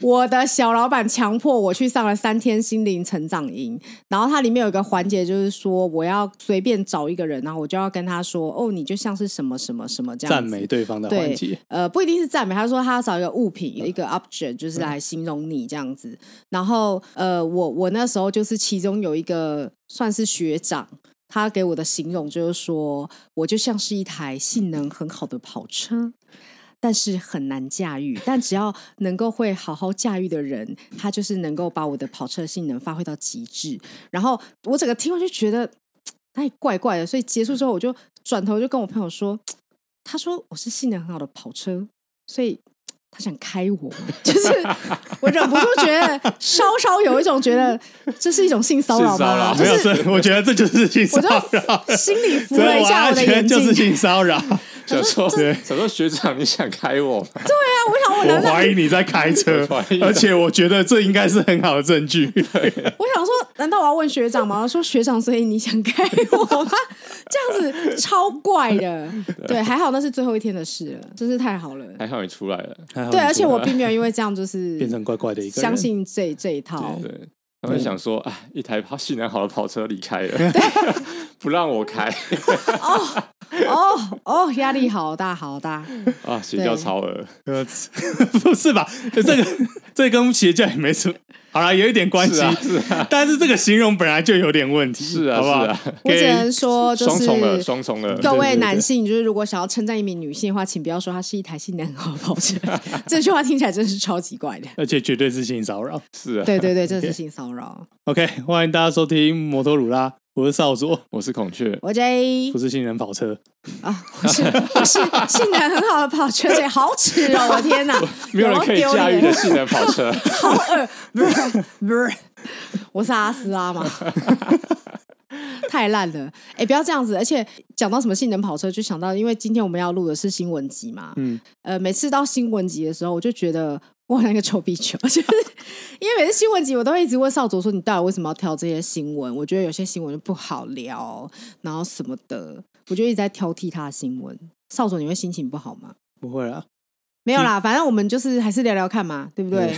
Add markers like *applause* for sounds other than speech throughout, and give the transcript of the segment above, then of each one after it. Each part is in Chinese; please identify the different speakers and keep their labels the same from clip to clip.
Speaker 1: 我的小老板强迫我去上了三天心灵成长营，然后它里面有一个环节就是说，我要随便找一个人，然后我就要跟他说，哦，你就像是什么什么什么这样
Speaker 2: 赞
Speaker 1: 子
Speaker 2: 美对方的环节，
Speaker 1: 呃，不一定是赞美，他说他要找一个物品，一个 object，就是来形容你这样子。然后呃，我我那时候就是其中有一个算是学长，他给我的形容就是说，我就像是一台性能很好的跑车。但是很难驾驭，但只要能够会好好驾驭的人，他就是能够把我的跑车性能发挥到极致。然后我整个听完就觉得哪里怪怪的，所以结束之后我就转头就跟我朋友说，他说我是性能很好的跑车，所以他想开我， *laughs* 就是我忍不住觉得稍稍有一种觉得这是一种性骚
Speaker 2: 性
Speaker 1: 扰吗？就
Speaker 2: 没有
Speaker 1: 是
Speaker 2: 这，我觉得这就是性骚
Speaker 1: 我就
Speaker 2: 扰， *laughs*
Speaker 1: 心里扶
Speaker 2: 这
Speaker 1: 了一下
Speaker 2: 完
Speaker 1: 我的眼
Speaker 2: 全
Speaker 1: 睛
Speaker 2: 就，是性
Speaker 1: *laughs*
Speaker 2: 骚扰。
Speaker 3: 想说
Speaker 2: 对
Speaker 3: *laughs* 想说学长，你想开我吗？
Speaker 1: 我想我能
Speaker 2: 我
Speaker 1: 不能
Speaker 2: 怀疑你在开
Speaker 3: *laughs*
Speaker 2: 车
Speaker 3: 怀疑，啊
Speaker 2: 而且我觉得这应该是很好的证
Speaker 3: *laughs*
Speaker 2: 据。
Speaker 1: 我想说，难道我要问学长吗？我说学长，所以你想开我吗？这样子超怪
Speaker 2: *laughs*
Speaker 1: 的。对，还好那是最后一天的事了，真是太好了。
Speaker 3: 还好你出来了，
Speaker 1: 对，而且我并没有因为这样就是
Speaker 2: 变成怪怪的一个人，
Speaker 1: 相信这这一套。
Speaker 3: 对。他们想说，啊，一台跑性能好的跑车离开了， *laughs* 不让我开
Speaker 1: 哦哦，压力好大好大。
Speaker 3: 啊！邪教超额，
Speaker 2: 呃， *laughs* 不是吧？这个这跟邪教也没什么，好啦，有一点关系，
Speaker 3: 是啊是啊
Speaker 2: 但是这个形容本来就有点问题，
Speaker 3: 是啊
Speaker 2: 好不好？
Speaker 3: 是啊
Speaker 1: 我只能说，就
Speaker 3: 双重了，
Speaker 1: 是
Speaker 3: 双重了。
Speaker 1: 各位男性，就是如果想要称赞一名女性的话，请不要说她是一台性能很好的跑
Speaker 2: *laughs*
Speaker 1: 车，这句话听起来真是超级怪的。
Speaker 2: 而且绝对是性骚扰。
Speaker 3: 是啊，
Speaker 1: 对对对，这是性骚
Speaker 2: *laughs*
Speaker 1: 扰。
Speaker 2: OK，欢迎大家收听摩托鲁拉，我是少佐，
Speaker 3: 我是孔雀，
Speaker 1: 我 J
Speaker 2: 不是新人跑车，
Speaker 1: 啊，我是我是性能很好的跑车，姐，好耻哦！我的天哪，
Speaker 3: *laughs* 没有人可以
Speaker 1: 然后丢
Speaker 3: 驾驭
Speaker 1: 脸
Speaker 3: 的性能跑车。 *laughs*
Speaker 1: 好恶，不是不是， *laughs* 我是阿斯拉嘛， *laughs* 太烂了！哎、不要这样子。而且讲到什么性能跑车，就想到因为今天我们要录的是新闻集嘛，
Speaker 2: 嗯，
Speaker 1: 呃，每次到新闻集的时候，我就觉得我好像一个臭屁球， *laughs* 就是因为每次新闻集我都会一直问少佐说，你到底为什么要挑这些新闻？我觉得有些新闻就不好聊，然后什么的，我就一直在挑剔他的新闻。少佐，你会心情不好吗？
Speaker 2: 不
Speaker 3: 啊
Speaker 2: 会啦。
Speaker 1: 没有啦，反正我们就是还是聊聊看嘛，对不对？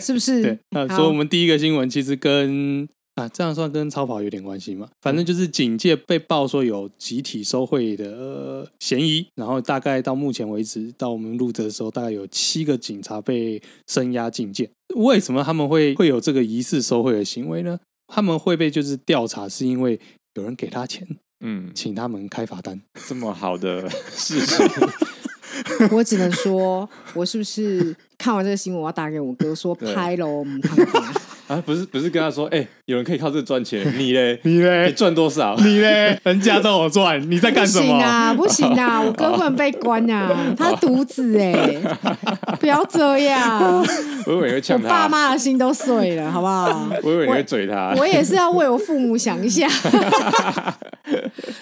Speaker 1: 是不
Speaker 2: 对
Speaker 1: 是？，
Speaker 2: 那
Speaker 1: 嗯好
Speaker 2: 所以我们第一个新闻其实跟啊，这样算跟超跑有点关系嘛。反正就是警戒被曝说有集体收贿的、呃、嫌疑，然后大概到目前为止，到我们录制的时候，大概有七个警察被声押禁见。为什么他们会会有这个疑似收贿的行为呢？他们会被就是调查，是因为有人给他钱，
Speaker 3: 嗯，
Speaker 2: 请他们开罚单。
Speaker 3: 这么好的事情，
Speaker 1: *laughs* 我只能说，我是不是看完这个新闻，我要打给我哥说
Speaker 3: 对
Speaker 1: 拍喽，我们看
Speaker 3: *laughs*
Speaker 1: 看。
Speaker 3: 啊，不是不是跟他说，哎、有人可以靠这赚钱，你嘞，
Speaker 2: 你嘞
Speaker 3: 你赚多少？
Speaker 2: 你嘞， *laughs* 人家都有赚，你在
Speaker 1: 不
Speaker 2: 干什
Speaker 1: 行
Speaker 2: 么？
Speaker 1: 啊，不行啊，我哥不能被关啊，
Speaker 3: 哦
Speaker 1: 他是独子哎、
Speaker 3: *laughs*
Speaker 1: 不要这样，
Speaker 3: *laughs* 我以为你会
Speaker 1: 我
Speaker 3: 呛
Speaker 1: 爸
Speaker 3: 他，
Speaker 1: 妈的心都碎了，好不好？
Speaker 3: 我以为你会嘴他，
Speaker 1: 我也是要为我父母想一
Speaker 3: *laughs*
Speaker 1: 下，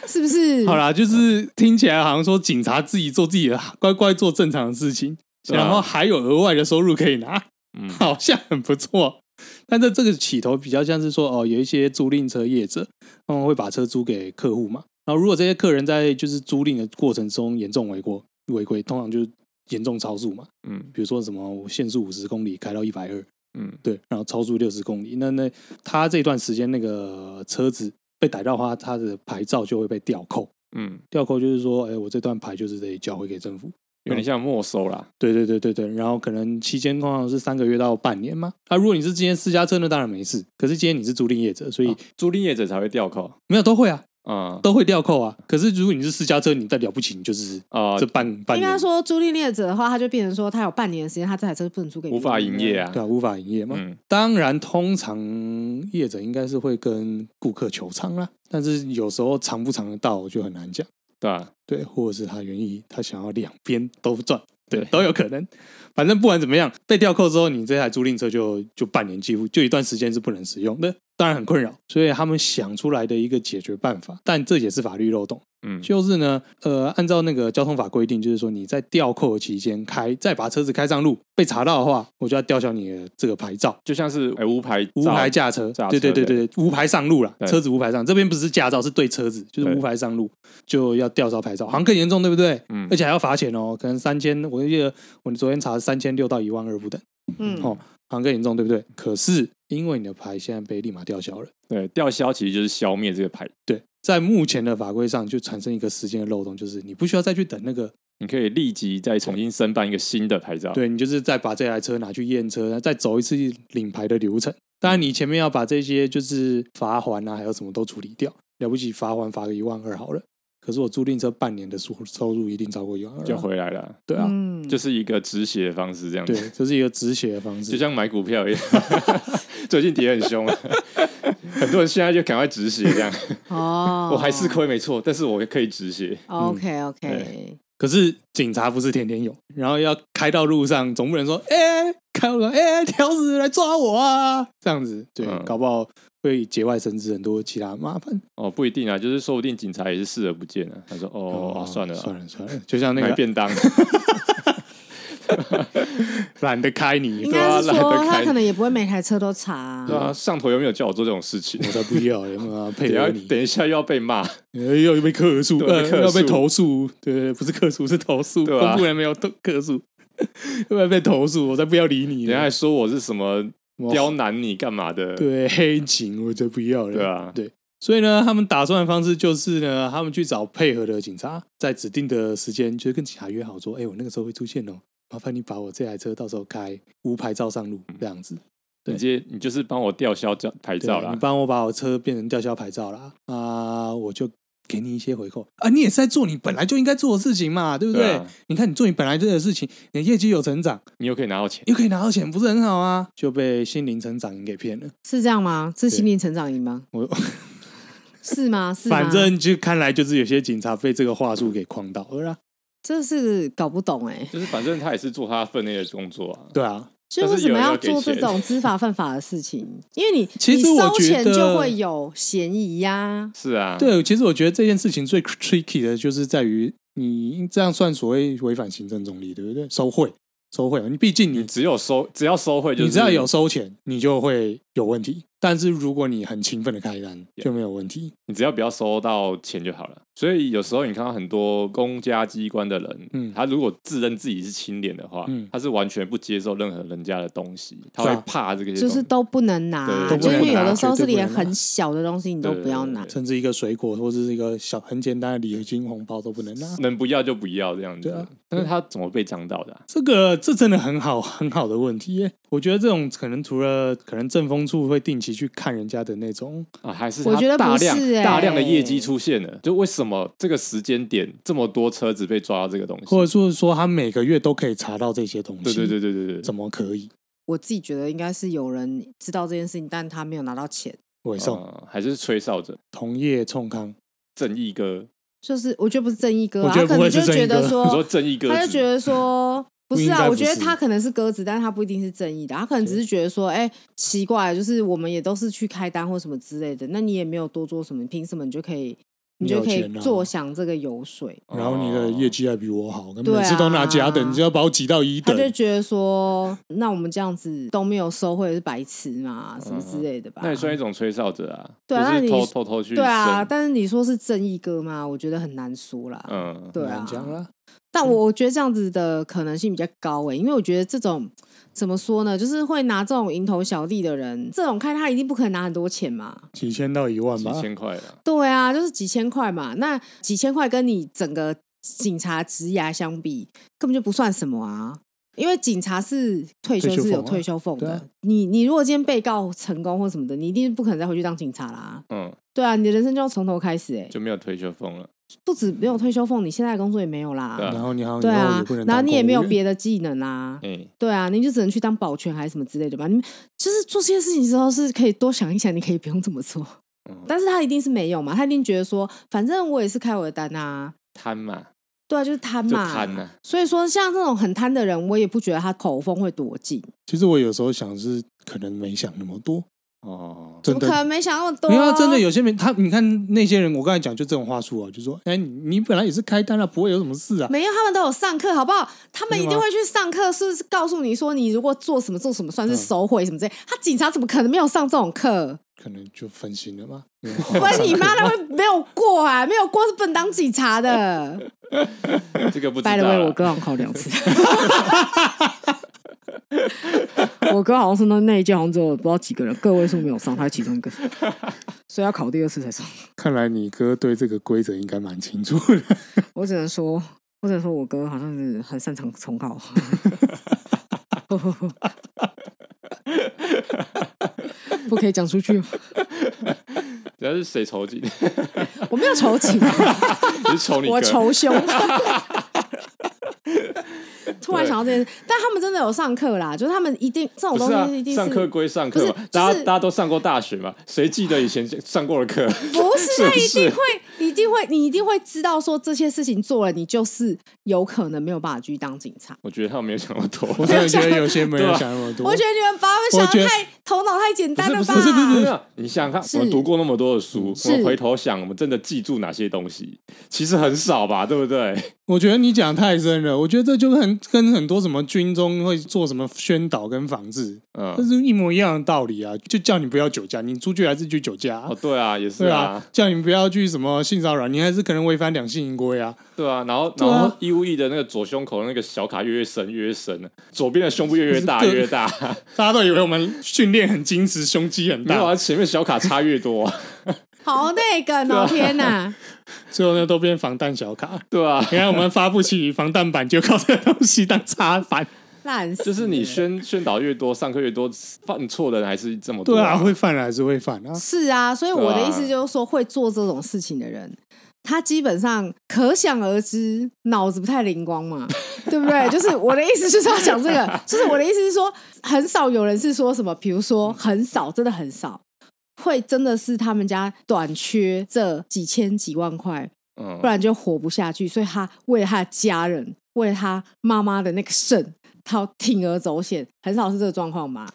Speaker 1: 是不是？
Speaker 2: 好啦，就是听起来好像说警察自己做自己的，乖乖做正常的事情，
Speaker 3: 对啊
Speaker 2: 然后还有额外的收入可以拿， *laughs*
Speaker 3: 嗯
Speaker 2: 好像很不错。但在这个起头比较像是说，哦，有一些租赁车业者，他们会把车租给客户嘛，然后如果这些客人在就是租赁的过程中严重违规，违规通常就是严重超速嘛，
Speaker 3: 嗯
Speaker 2: 比如说什么限速五十公里开到一百二，
Speaker 3: 嗯，
Speaker 2: 对，然后超速六十公里，那那他这段时间那个车子被逮到的话，他的牌照就会被吊扣。
Speaker 3: 嗯，
Speaker 2: 吊扣就是说，哎、我这段牌就是得交回给政府。
Speaker 3: 有点像没收啦，
Speaker 2: 对对对对对，然后可能期间通常是三个月到半年嘛。啊，如果你是今天私家车，那当然没事。可是今天你是租赁业者，所以、
Speaker 3: 啊租赁业者才会吊扣，
Speaker 2: 没有都会啊，
Speaker 3: 嗯
Speaker 2: 都会吊扣啊。可是如果你是私家车，你再了不起，你就是
Speaker 3: 啊
Speaker 2: 这，半半
Speaker 1: 应
Speaker 2: 年
Speaker 1: 该说租赁业者的话，他就变成说，他有半年的时间，他这台车不能租给别
Speaker 3: 无
Speaker 1: 人
Speaker 3: 法营业啊
Speaker 2: 对，啊，无法营业嘛。
Speaker 3: 嗯
Speaker 2: 当然，通常业者应该是会跟顾客求偿啦，但是有时候偿不偿得到，我就很难讲。
Speaker 3: 对啊，
Speaker 2: 对，或者是他愿意，他想要两边都赚，
Speaker 3: 对
Speaker 2: 都有可能。反正不管怎么样，被吊扣之后，你这台租赁车就就半年几乎就一段时间是不能使用的，当然很困扰。所以他们想出来的一个解决办法，但这也是法律漏洞，
Speaker 3: 嗯
Speaker 2: 就是呢，呃，按照那个交通法规定，就是说你在吊扣的期间开，再把车子开上路，被查到的话，我就要吊销你的这个牌照。
Speaker 3: 就像是哎无牌
Speaker 2: 无牌驾车，
Speaker 3: 驾
Speaker 2: 对对
Speaker 3: 车
Speaker 2: 对对，无牌上路啦，
Speaker 3: 对
Speaker 2: 车子无牌上，这边不是驾照，是对车子，就是
Speaker 3: 对
Speaker 2: 无牌上路就要吊销牌照，好像更严重，对不对？
Speaker 3: 嗯
Speaker 2: 而且还要罚钱哦，可能三千，我记得我昨天查三千六到一万二不等。
Speaker 1: 嗯，
Speaker 2: 哦，好像更严重，对不对？可是因为你的牌现在被立马吊销了，
Speaker 3: 对，吊销其实就是消灭这个牌，
Speaker 2: 对，在目前的法规上就产生一个时间的漏洞，就是你不需要再去等那个，
Speaker 3: 你可以立即再重新申办一个新的牌照。，
Speaker 2: 对啊你就是再把这台车拿去验车，再走一次领牌的流程。当然，你前面要把这些就是罚还啊，还有什么都处理掉，了不起罚还罚个一万二好了。可是我租赁车半年的收收入一定超过一万二啊，
Speaker 3: 就回来了，
Speaker 2: 对啊，
Speaker 1: 嗯，
Speaker 3: 就是一个止血的方式，这样
Speaker 2: 对
Speaker 3: 子，，
Speaker 2: 这是一个止血的方式
Speaker 3: 就。像买股票一样。 *laughs* 最近跌很凶
Speaker 2: *laughs*
Speaker 3: 啊，很多人现在就赶快止血，这样
Speaker 1: 哦，
Speaker 3: 我还是亏没错，但是我可以止血。
Speaker 1: OK
Speaker 3: 对
Speaker 1: OK，
Speaker 2: 可是警察不是天天有，然后要开到路上，总不能说，哎、开路上，哎、条子来抓我啊，这样子，对，
Speaker 3: 嗯
Speaker 2: 搞不好会节外生枝很多其他麻烦。
Speaker 3: 哦，不一定啊，就是说不定警察也是视而不见啊。他说：“哦，啊算了啊，
Speaker 2: 算了算了，就像那
Speaker 3: 买
Speaker 2: 个 *laughs*
Speaker 3: 便当。
Speaker 2: 懒得开你， *laughs*
Speaker 1: 应
Speaker 2: 对吧
Speaker 1: 该是
Speaker 3: 对啊懒
Speaker 1: 说
Speaker 3: 得开
Speaker 1: 他可能也不会每台车都查啊”
Speaker 3: 对，啊，
Speaker 2: 嗯
Speaker 3: 上头有没有叫我做这种
Speaker 2: *laughs*
Speaker 3: 事情？
Speaker 2: 我才不要，有没有配
Speaker 3: 等一下
Speaker 2: 合你？
Speaker 3: 等一下又要被骂，
Speaker 2: 呃要被克诉，
Speaker 3: 啊对
Speaker 2: 呃
Speaker 3: 被客诉
Speaker 2: 要被投诉，对，不是克诉是投诉，
Speaker 3: 对啊
Speaker 2: 公部人没有投克诉， *laughs* 会不会被投诉？我才不要理你
Speaker 3: 人家
Speaker 2: 呢，
Speaker 3: 还说我是什么
Speaker 2: 我
Speaker 3: 刁难你干嘛的？
Speaker 2: 对 *laughs* 黑警，我就不要了。
Speaker 3: 对啊
Speaker 2: 对，所以呢，他们打算的方式就是呢，他们去找配合的警察，在指定的时间，就是跟警察约好说，哎、我那个时候会出现哦，麻烦你把我这台车到时候开无牌照上路
Speaker 3: 嗯
Speaker 2: 这样子。对
Speaker 3: 你直接你就是帮我吊销照牌
Speaker 2: 对
Speaker 3: 照啦
Speaker 2: 你。帮我把我车变成吊销牌照啦，啊，我就。给你一些回扣啊，你也是在做你本来就应该做的事情嘛，对不对？
Speaker 3: 对啊
Speaker 2: 你看你做你本来做的事情，你的业绩有成长，
Speaker 3: 你又可以拿到钱。
Speaker 2: 又可以拿到钱，不是很好啊？就被心灵成长营给骗了。
Speaker 1: 是这样吗？是
Speaker 2: 对
Speaker 1: 心灵成长营吗？
Speaker 2: 我
Speaker 1: 是吗？是吗
Speaker 2: 反正就看来就是有些警察被这个话术给诓到了啦。
Speaker 1: 这是搞不懂哎，
Speaker 3: 就是反正他也是做他分内的工作啊。
Speaker 2: 对啊，
Speaker 1: 就为什么要做这
Speaker 3: 但是有人要
Speaker 1: 种知法犯法的事
Speaker 2: *laughs*
Speaker 1: 情？因为你
Speaker 2: 其实
Speaker 1: 你
Speaker 2: 我
Speaker 1: 收
Speaker 2: 觉
Speaker 1: 钱
Speaker 2: 得
Speaker 1: 就会有嫌疑呀。
Speaker 3: 是啊，，
Speaker 2: 对，其实我觉得这件事情最 tricky 的就是在于你这样算所谓违反行政中立，对不对？收贿，收贿，啊你毕竟你
Speaker 3: 你只有收，只要收嗯贿就是
Speaker 2: 你只要有，收钱，你就会有问题。但是如果你很勤奋的开单，就没有问题。
Speaker 3: 你只要不要收到钱就好了。所以有时候你看到很多公家机关的人，
Speaker 2: 嗯
Speaker 3: 他如果自认自己是清廉的话，
Speaker 2: 嗯
Speaker 3: 他是完全不接受任何人家的东西，他
Speaker 2: 对
Speaker 3: 会
Speaker 2: 啊
Speaker 3: 怕这个东西，
Speaker 1: 就是都不能拿
Speaker 3: 对，
Speaker 1: 就因为有的时候
Speaker 2: 都
Speaker 1: 是
Speaker 2: 不能拿
Speaker 1: 连很小的东西你都不要拿
Speaker 3: 对对对。
Speaker 2: 甚至一个水果或者是一个小很简单的礼金红包都不能拿。
Speaker 3: 能不要就不要这样子。
Speaker 2: 对啊
Speaker 3: 但是他怎么被张到的啊、
Speaker 2: 这个这真的很好很好的问题耶！我觉得这种可能除了可能政风处会定期去看人家的那种，
Speaker 3: 啊，还是
Speaker 1: 我
Speaker 3: 他
Speaker 1: 觉得不
Speaker 3: 大量、
Speaker 1: 是欸
Speaker 3: 大量的业绩出现了，就为什么这个时间点这么多车子被抓到这个东西？
Speaker 2: 或者说说他每个月都可以查到这些东西，
Speaker 3: 对对对对对对，
Speaker 2: 怎么可以
Speaker 1: 我自己觉得应该是有人知道这件事情，但他没有拿到钱。
Speaker 2: 伪送、
Speaker 3: 啊还是吹哨者
Speaker 2: 同业冲康？
Speaker 3: 正义哥，
Speaker 1: 就是我觉得不是正义哥、
Speaker 2: 我
Speaker 1: 啊，
Speaker 2: 觉
Speaker 1: 他
Speaker 2: 得
Speaker 1: 可
Speaker 2: 不会
Speaker 1: 能
Speaker 2: 是
Speaker 1: 就
Speaker 2: 正义
Speaker 1: 觉
Speaker 2: 哥
Speaker 1: 得说
Speaker 3: 你说正义哥子，
Speaker 1: 哦他就觉得
Speaker 3: *laughs*
Speaker 1: 说。不是
Speaker 2: 应
Speaker 1: 啊，
Speaker 2: 该
Speaker 1: 我
Speaker 2: 不
Speaker 1: 觉得
Speaker 2: 是
Speaker 1: 他可能是鸽子，但他不一定是正义的，他可能只是觉得说，哎、奇怪，就是我们也都是去开单或什么之类的，那你也没有多做什么，凭什么你就可以，你
Speaker 2: 你
Speaker 1: 就
Speaker 2: 有
Speaker 1: 可以
Speaker 2: 钱啊
Speaker 1: 坐享这个油水？
Speaker 3: 哦
Speaker 2: 然后你的业绩还比我好，
Speaker 1: 对啊
Speaker 2: 每次都拿甲等，你就要把我挤到乙
Speaker 1: 他
Speaker 2: 等，
Speaker 1: 就觉得说，那我们这样子都没有收贿是白痴嘛，什么之类的吧？
Speaker 3: 嗯那也算一种吹哨者啊，
Speaker 1: 对啊那
Speaker 3: 就
Speaker 1: 你
Speaker 3: 是偷偷偷去
Speaker 1: 对啊，
Speaker 3: 生，
Speaker 1: 但是你说是正义哥吗？我觉得很难说啦。
Speaker 3: 嗯，
Speaker 1: 对
Speaker 2: 很
Speaker 1: 啊
Speaker 2: 难，讲啦。嗯
Speaker 1: 但我我觉得这样子的可能性比较高诶、因为我觉得这种怎么说呢，就是会拿这种蝇头小利的人，这种开他一定不可能拿很多钱嘛。
Speaker 2: 几千到一万
Speaker 3: 几
Speaker 2: 吧，
Speaker 3: 千块了，
Speaker 1: 对啊，就是几千块嘛。那几千块跟你整个警察职涯相比，根本就不算什么啊。因为警察是退休
Speaker 2: 退休
Speaker 1: 是有
Speaker 2: 俸啊
Speaker 1: 退休俸
Speaker 2: 对
Speaker 1: 的，
Speaker 2: 啊
Speaker 1: 你你如果今天被告成功或什么的，你一定不可能再回去当警察啦。
Speaker 3: 嗯，
Speaker 1: 对啊，你的人生就要从头开始哎、
Speaker 3: 就没有退休俸了，
Speaker 1: 不止没有退休俸，你现在的工作也没有啦。
Speaker 3: 对啊
Speaker 2: 然后你好
Speaker 1: 对
Speaker 2: 像以后
Speaker 1: 啊
Speaker 2: 也不能，
Speaker 1: 然后
Speaker 2: 当
Speaker 1: 你也
Speaker 2: 公务
Speaker 1: 没有
Speaker 2: 员
Speaker 1: 别的技能啦、
Speaker 3: 哎，
Speaker 1: 对啊，你就只能去当保全还是什么之类的吧。你们就是做这些事情的时候是可以多想一想，你可以不用这么做。
Speaker 3: 嗯
Speaker 1: 但是他一定是没有嘛，他一定觉得说，反正我也是开我的单啊，
Speaker 3: 贪嘛，
Speaker 1: 对啊，就是贪嘛，
Speaker 3: 就贪啊
Speaker 1: 所以说，像这种很贪的人，我也不觉得他口风会多紧，
Speaker 2: 其实我有时候想是可能没想那么多，
Speaker 3: 哦，
Speaker 1: 怎
Speaker 2: 真
Speaker 1: 么
Speaker 2: 的
Speaker 1: 可能没想那么多？
Speaker 2: 没有啊，真的有些人他，你看那些人，我刚才讲就这种话术啊，就说，哎、你你本来也是开单了、不会有什么事啊。
Speaker 1: 没有，他们都有上课，好不好？他们一
Speaker 2: 真的
Speaker 1: 定
Speaker 2: 吗
Speaker 1: 会去上课，是告诉你说，你如果做什么做什么
Speaker 2: 嗯
Speaker 1: 算是收贿什么之类。他警察怎么可能没有上这种课？
Speaker 2: 可能就分心了嘛。 *laughs*
Speaker 1: 不然你妈，他会没有过啊，没有过是不能当警察
Speaker 2: *laughs*
Speaker 1: 的。
Speaker 3: 这个不知
Speaker 1: 拜
Speaker 3: 道啊
Speaker 1: 了喂，
Speaker 3: 啦
Speaker 1: 我哥好考两次， *laughs* 我哥好像是那那一届，好像只有不知道几个人，个位数没有上，他是其中一个，所以要考第二次才上。
Speaker 2: 看来你哥对这个规则应该蛮清楚的。
Speaker 1: 我只能说，我只能说我哥好像是很擅长重考。 *laughs* 不可以讲出去，
Speaker 3: 主要是谁抽 *laughs* 筋？
Speaker 1: 我没有仇警啊、*laughs*
Speaker 3: 你是抽你
Speaker 1: 我
Speaker 3: 哥？
Speaker 1: 仇凶。
Speaker 3: *laughs*
Speaker 1: 突然想到这件事，但他们真的有上课啦，就是他们一定这种
Speaker 3: 不
Speaker 1: 东
Speaker 3: 是啊
Speaker 1: 西一，定是
Speaker 3: 上课归上课
Speaker 1: 不是
Speaker 3: 嘛
Speaker 1: 就是，
Speaker 3: 大家大家都上过大学嘛，谁记得以前上过的课？
Speaker 1: 不是，他
Speaker 3: 是不
Speaker 1: 一
Speaker 3: 是
Speaker 1: 定会，一定会，你一定会知道说这些事情做了，你就是有可能没有办法继续当警察。
Speaker 3: *laughs* 我觉得他们没有想那么多。
Speaker 2: 我真的觉得有些没有想那么多。
Speaker 1: 我觉得你们把他们
Speaker 2: 我
Speaker 1: 想
Speaker 2: 觉
Speaker 1: 的
Speaker 2: 得
Speaker 1: 太头脑太简单了吧？
Speaker 3: 不是不是不是，你想想看，
Speaker 1: 是
Speaker 3: 我们读过那么多的书，
Speaker 1: 是
Speaker 3: 我们回头想，我们真的记住哪些东西？其实很少吧，对不对？
Speaker 2: 我觉得你讲太深了，我觉得这就很跟很多什么军中会做什么宣导跟防治，这
Speaker 3: 嗯，
Speaker 2: 是一模一样的道理啊！就叫你不要酒驾，你出去还是去酒驾、啊
Speaker 3: 哦，对啊，也是
Speaker 2: 对
Speaker 3: 啊
Speaker 2: 啊，，叫你不要去什么性骚扰，你还是可能违反两性淫规啊！
Speaker 3: 对啊。然后，
Speaker 2: 对啊
Speaker 3: 然后义务役的那个左胸口的那个小卡越越深，越越深，左边的胸部越越大，
Speaker 2: 对
Speaker 3: 越越大。
Speaker 2: 大家都以为我们训练很精实，胸肌很
Speaker 3: 没有
Speaker 2: 大，
Speaker 3: 啊，前面小卡差越多，啊
Speaker 1: 好那个呢，天哪！
Speaker 2: 最后呢都变防弹小卡。
Speaker 3: *laughs* 对啊。
Speaker 2: 你看我们发布起防弹板，就靠这个东西当插板。
Speaker 1: 烂死了！
Speaker 3: 就是你宣宣导越多，上课越多，犯错的人还是这么多、
Speaker 2: 对啊，会犯还是会犯啊。
Speaker 1: 是啊，所以我的
Speaker 3: 对啊
Speaker 1: 意思就是说，会做这种事情的人，他基本上可想而知，脑子不太灵光
Speaker 3: *laughs*
Speaker 1: 嘛，对不对？就是我的意思就是要讲这个，就是我的意思是说，很少有人是说什么，比如说很少，真的很少。
Speaker 3: 嗯
Speaker 1: 会真的是他们家短缺这几千几万块，
Speaker 3: 嗯
Speaker 1: 不，然就活不下去。所以他为了他的家人，为了他妈妈的那个肾，他要铤而走险。很少是这个状况嘛？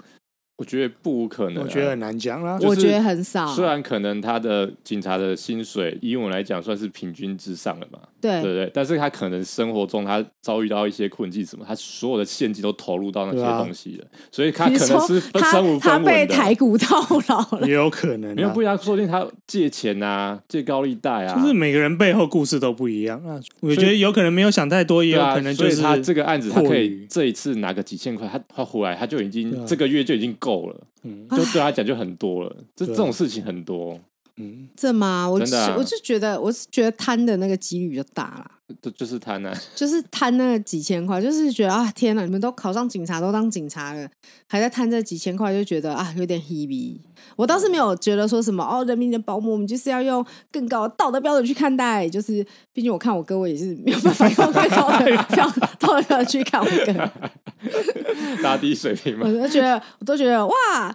Speaker 3: 我觉得不无可能、
Speaker 2: 我觉得很。难讲啦。
Speaker 3: 就是啊
Speaker 1: 我觉得很少。
Speaker 3: 虽然可能他的警察的薪水，以我们来讲算是平均之上了嘛，对不对？但是他可能生活中他遭遇到一些困境什么，他所有的现金都投入到那
Speaker 2: 对啊
Speaker 3: 些东西了，所以他
Speaker 1: 比如
Speaker 3: 可能
Speaker 1: 说
Speaker 3: 是分身无
Speaker 1: 他他
Speaker 3: 分
Speaker 1: 被
Speaker 3: 文
Speaker 1: 台
Speaker 3: 的。
Speaker 1: 股套牢了，
Speaker 2: 也有可能、啊，
Speaker 3: 啊没有不一样，说不定他借钱啊，借高利贷啊，
Speaker 2: 就是每个人背后故事都不一样啊。我觉得有可能没有想太多，也
Speaker 3: 对
Speaker 2: 有
Speaker 3: 啊，
Speaker 2: 可能就是
Speaker 3: 所以他这个案子，他
Speaker 2: 迫
Speaker 3: 可
Speaker 2: 于
Speaker 3: 以这一次拿个几千块，他他回来他就已经、
Speaker 2: 对啊
Speaker 3: 这个月就已经够了，
Speaker 2: 嗯
Speaker 3: 就对他讲就很多了。这
Speaker 2: 对啊
Speaker 3: 这种事情很多，
Speaker 2: 嗯，
Speaker 1: 这吗？我
Speaker 3: *laughs* 真的啊
Speaker 1: 我就觉得，我是觉得贪的那个几率就大啦，
Speaker 3: 这就是贪 *laughs* 婪。
Speaker 1: 就是贪那个几千块，就是觉得啊，天哪，你们都考上警察，都当警察了，还在贪这几千块，就觉得啊，有点 hebe。我倒是没有觉得说什么哦，人民的保姆，我们就是要用更高的道德标准去看待，就是毕竟我看我哥，我也是没有办法用更高的标 *laughs* 道德标准去看我哥，
Speaker 3: 拉低水平嘛
Speaker 1: 我。都觉得，我都觉得哇，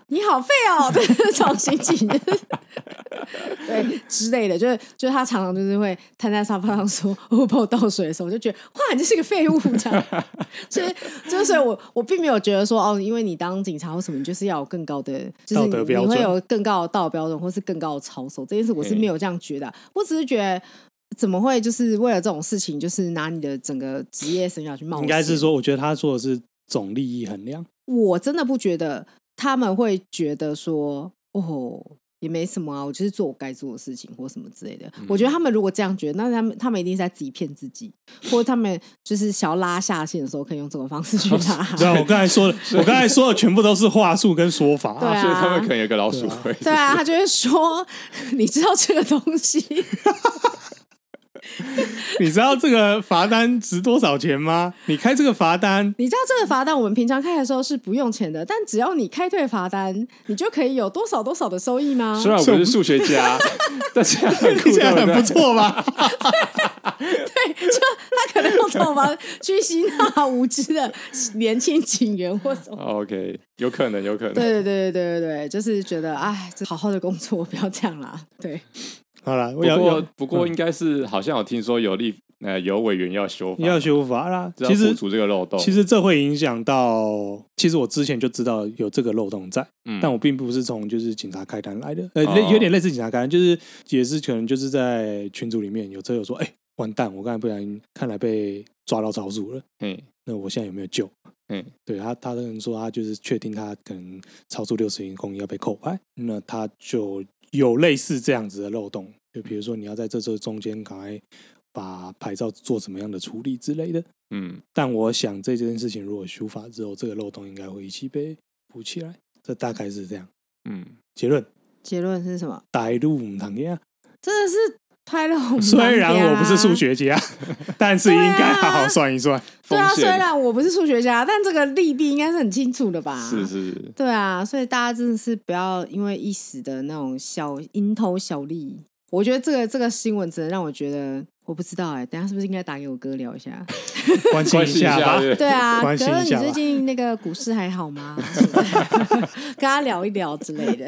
Speaker 1: 你好废哦， *laughs* 对这种心情，就是对之类的，就是就是他常常就是会瘫在沙发上说，我帮我倒水的时候，我就觉得哇，你就是个废物这
Speaker 2: *laughs*
Speaker 1: 样。就是就是，所以我我并没有觉得说哦，因为你当警察或什么，你就是要有更高的，就是
Speaker 2: 道
Speaker 1: 你
Speaker 2: 德标
Speaker 1: 你会
Speaker 2: 准
Speaker 1: 有更高的道德标准，或是更高的操守。这件事我是
Speaker 3: 嗯
Speaker 1: 没有这样觉得啊、我只是觉得。怎么会就是为了这种事情，就是拿你的整个职业生涯去冒险？
Speaker 2: 嗯应该是说，我觉得他说的是总利益衡
Speaker 3: *laughs*
Speaker 2: 量。
Speaker 1: 我真的不觉得他们会觉得说，哦，也没什么啊，我就是做我该做的事情或什么之类的。我觉得他们如果这样觉得，那他们他们一定是在自己骗自己，或者他们就是想要拉下线的时候，可以用这种方式去拉。
Speaker 2: 对啊，我刚才说的，我刚才说的全部都是话术跟说法
Speaker 1: 对
Speaker 2: 啊。
Speaker 1: 啊
Speaker 3: 所以他们可能有个老鼠会，
Speaker 1: 对啊，他就会说， *laughs* 你知道这个东西，
Speaker 2: 你知道这个罚单值多少钱吗？你开这个罚单，
Speaker 1: 你知道这个罚单，我们平常开的时候是不用钱的，但只要你开对罚单，你就可以有多少多少的收益
Speaker 2: 啊
Speaker 1: 吗？ *laughs*
Speaker 3: 虽然我不是数啊学
Speaker 2: *laughs*
Speaker 3: 家，但是他很酷，
Speaker 2: 听起来
Speaker 3: *laughs* 对
Speaker 2: 很
Speaker 3: 不
Speaker 2: 不
Speaker 3: 对？
Speaker 2: 错吧？
Speaker 1: 就他可能用这种方式去吸纳无知的 *laughs* 年轻警员或什么。
Speaker 3: OK，有可能，有可
Speaker 2: *laughs*
Speaker 3: 能。
Speaker 1: 对对对对对对，就是觉得哎，这好好的工作不要这样啦。对，
Speaker 2: 好了，
Speaker 3: 不
Speaker 2: 我要
Speaker 3: 过啊
Speaker 2: 要，
Speaker 3: 不过应该是好像有听说有立呃有委员要修法，
Speaker 2: 要修法啦。
Speaker 3: 要
Speaker 2: 其实
Speaker 3: 补足这个漏洞。
Speaker 2: 其实这会影响到，其实我之前就知道有这个漏洞在，
Speaker 3: 嗯，
Speaker 2: 但我并不是从就是警察开单来的，呃，
Speaker 3: 哦
Speaker 2: 类有点类似警察开单，就是也是可能就是在群组里面有车友说，哎、完蛋，我刚才不小心看来被抓到超速了，
Speaker 3: 嗯
Speaker 2: 那我现在有没有救？
Speaker 3: 嗯，
Speaker 2: 对他，他跟人说他就是确定他可能超速六十英公里要被扣牌，那他就有类似这样子的漏洞，就比如说你要在这这中间赶快把牌照做什么样的处理之类的，
Speaker 3: 嗯，
Speaker 2: 但我想这件事情如果修法之后，这个漏洞应该会一起被补起来。这大概是这样。
Speaker 3: 嗯，
Speaker 2: 结论：
Speaker 1: 结论是什么？
Speaker 2: 歹路唔啊堂呀。
Speaker 1: 真的是拍了我们。啊
Speaker 2: 虽然我不是数，学家， *laughs* 但是应该好好算一算。
Speaker 1: 对啊，
Speaker 3: 风
Speaker 1: 虽
Speaker 3: 险
Speaker 1: 然我不是数学家，但这个利弊应该是很清楚的吧？
Speaker 3: 是是，
Speaker 1: 对啊，所以大家真的是不要因为一时的那种小蝇头小利，我觉得这个这个新闻只能让我觉得，我不知道哎、等一下是不是应该打给我哥聊一
Speaker 2: *laughs*
Speaker 1: 下？
Speaker 2: 关心
Speaker 3: 关
Speaker 2: 一
Speaker 3: 心一
Speaker 2: 下吧
Speaker 3: 下，。对
Speaker 1: 对啊，
Speaker 2: 关心
Speaker 1: 哥，
Speaker 2: 一
Speaker 1: 你
Speaker 2: 下吧
Speaker 1: 最近那个股市还好
Speaker 2: *laughs*
Speaker 1: 吗？是 *laughs* 不是跟他聊一聊之类的。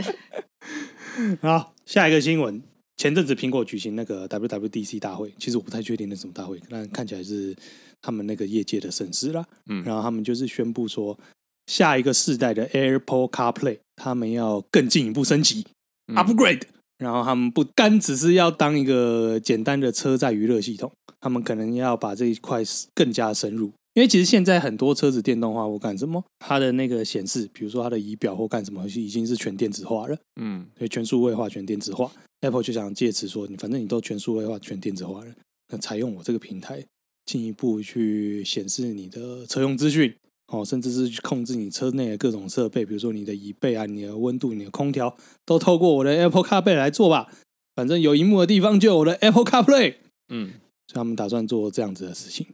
Speaker 2: 好，下一个新闻。前阵子苹果举行那个 WWDC 大会，其实我不太确定那什么大会，但看起来是他们那个业界的省思啦。
Speaker 3: 嗯
Speaker 2: 然后他们就是宣布说，下一个世代的 AirPod CarPlay 他们要更进一步升级、
Speaker 3: 嗯
Speaker 2: u p g r a d e 然后他们不单只是要当一个简单的车载娱乐系统，他们可能要把这一块更加深入。因为其实现在很多车子电动化，我干什么，它的那个显示，比如说它的仪表或干什么，已经是全电子化了。
Speaker 3: 嗯
Speaker 2: 对，全数位化、全电子化。Apple 就想借此说，你反正你都全数位化、全电子化了，那采用我这个平台，进一步去显示你的车用资讯，哦，甚至是去控制你车内的各种设备，比如说你的椅背啊、你的温度、你的空调，都透过我的 Apple CarPlay 来做吧。反正有荧幕的地方就有我的 Apple CarPlay，
Speaker 3: 嗯，
Speaker 2: 所以他们打算做这样子的事情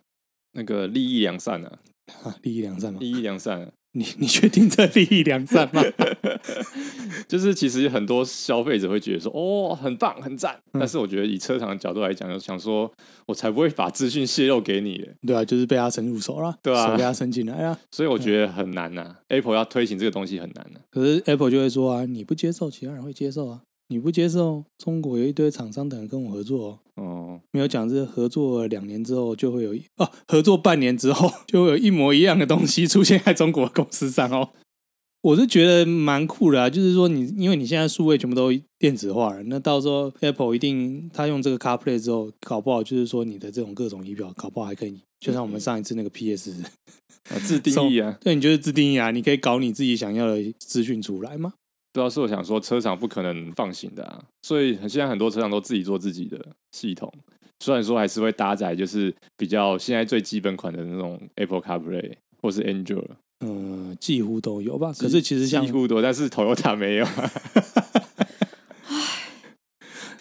Speaker 3: 那个利益良善
Speaker 2: *laughs*
Speaker 3: 啊，
Speaker 2: 啊，利益良
Speaker 3: *laughs*
Speaker 2: 善吗？
Speaker 3: 利益良
Speaker 2: *laughs*
Speaker 3: 善啊，
Speaker 2: 你你确定这利益良善
Speaker 3: *laughs*
Speaker 2: 吗？
Speaker 3: 就是其实很多消费者会觉得说，哦，很棒，很赞。
Speaker 2: 嗯
Speaker 3: 但是我觉得以车厂的角度来讲，想说我才不会把资讯泄露给你的，
Speaker 2: 对啊，就是被他伸入手了，
Speaker 3: 对啊
Speaker 2: 手被他伸进来啊。
Speaker 3: 所以我觉得很难呐、Apple 要推行这个东西很难呐、
Speaker 2: 可是 Apple 就会说啊，你不接受，其他人会接受啊。你不接受，中国有一堆厂商等着跟我合作、哦。
Speaker 3: 哦，
Speaker 2: 没有讲是合作两年之后就会有一哦、合作半年之后就会有一模一样的东西出现在中国公司上哦。我是觉得蛮酷的啊，就是说你因为你现在数位全部都电子化了，那到时候 Apple 一定它用这个 CarPlay 之后，搞不好就是说你的这种各种仪表，搞不好还可以，就像我们上一次那个 PS，
Speaker 3: 啊自定义啊，
Speaker 2: *laughs* 对，你就是自定义啊，你可以搞你自己想要的资讯出来嘛。
Speaker 3: 对啊，是我想说，车厂不可能放行的啊，所以很现在很多车厂都自己做自己的系统，虽然说还是会搭载就是比较现在最基本款的那种 Apple CarPlay 或是 Android，
Speaker 2: 嗯，几乎都有吧。可是其实像
Speaker 3: 几乎多，但是 Toyota 没有啊，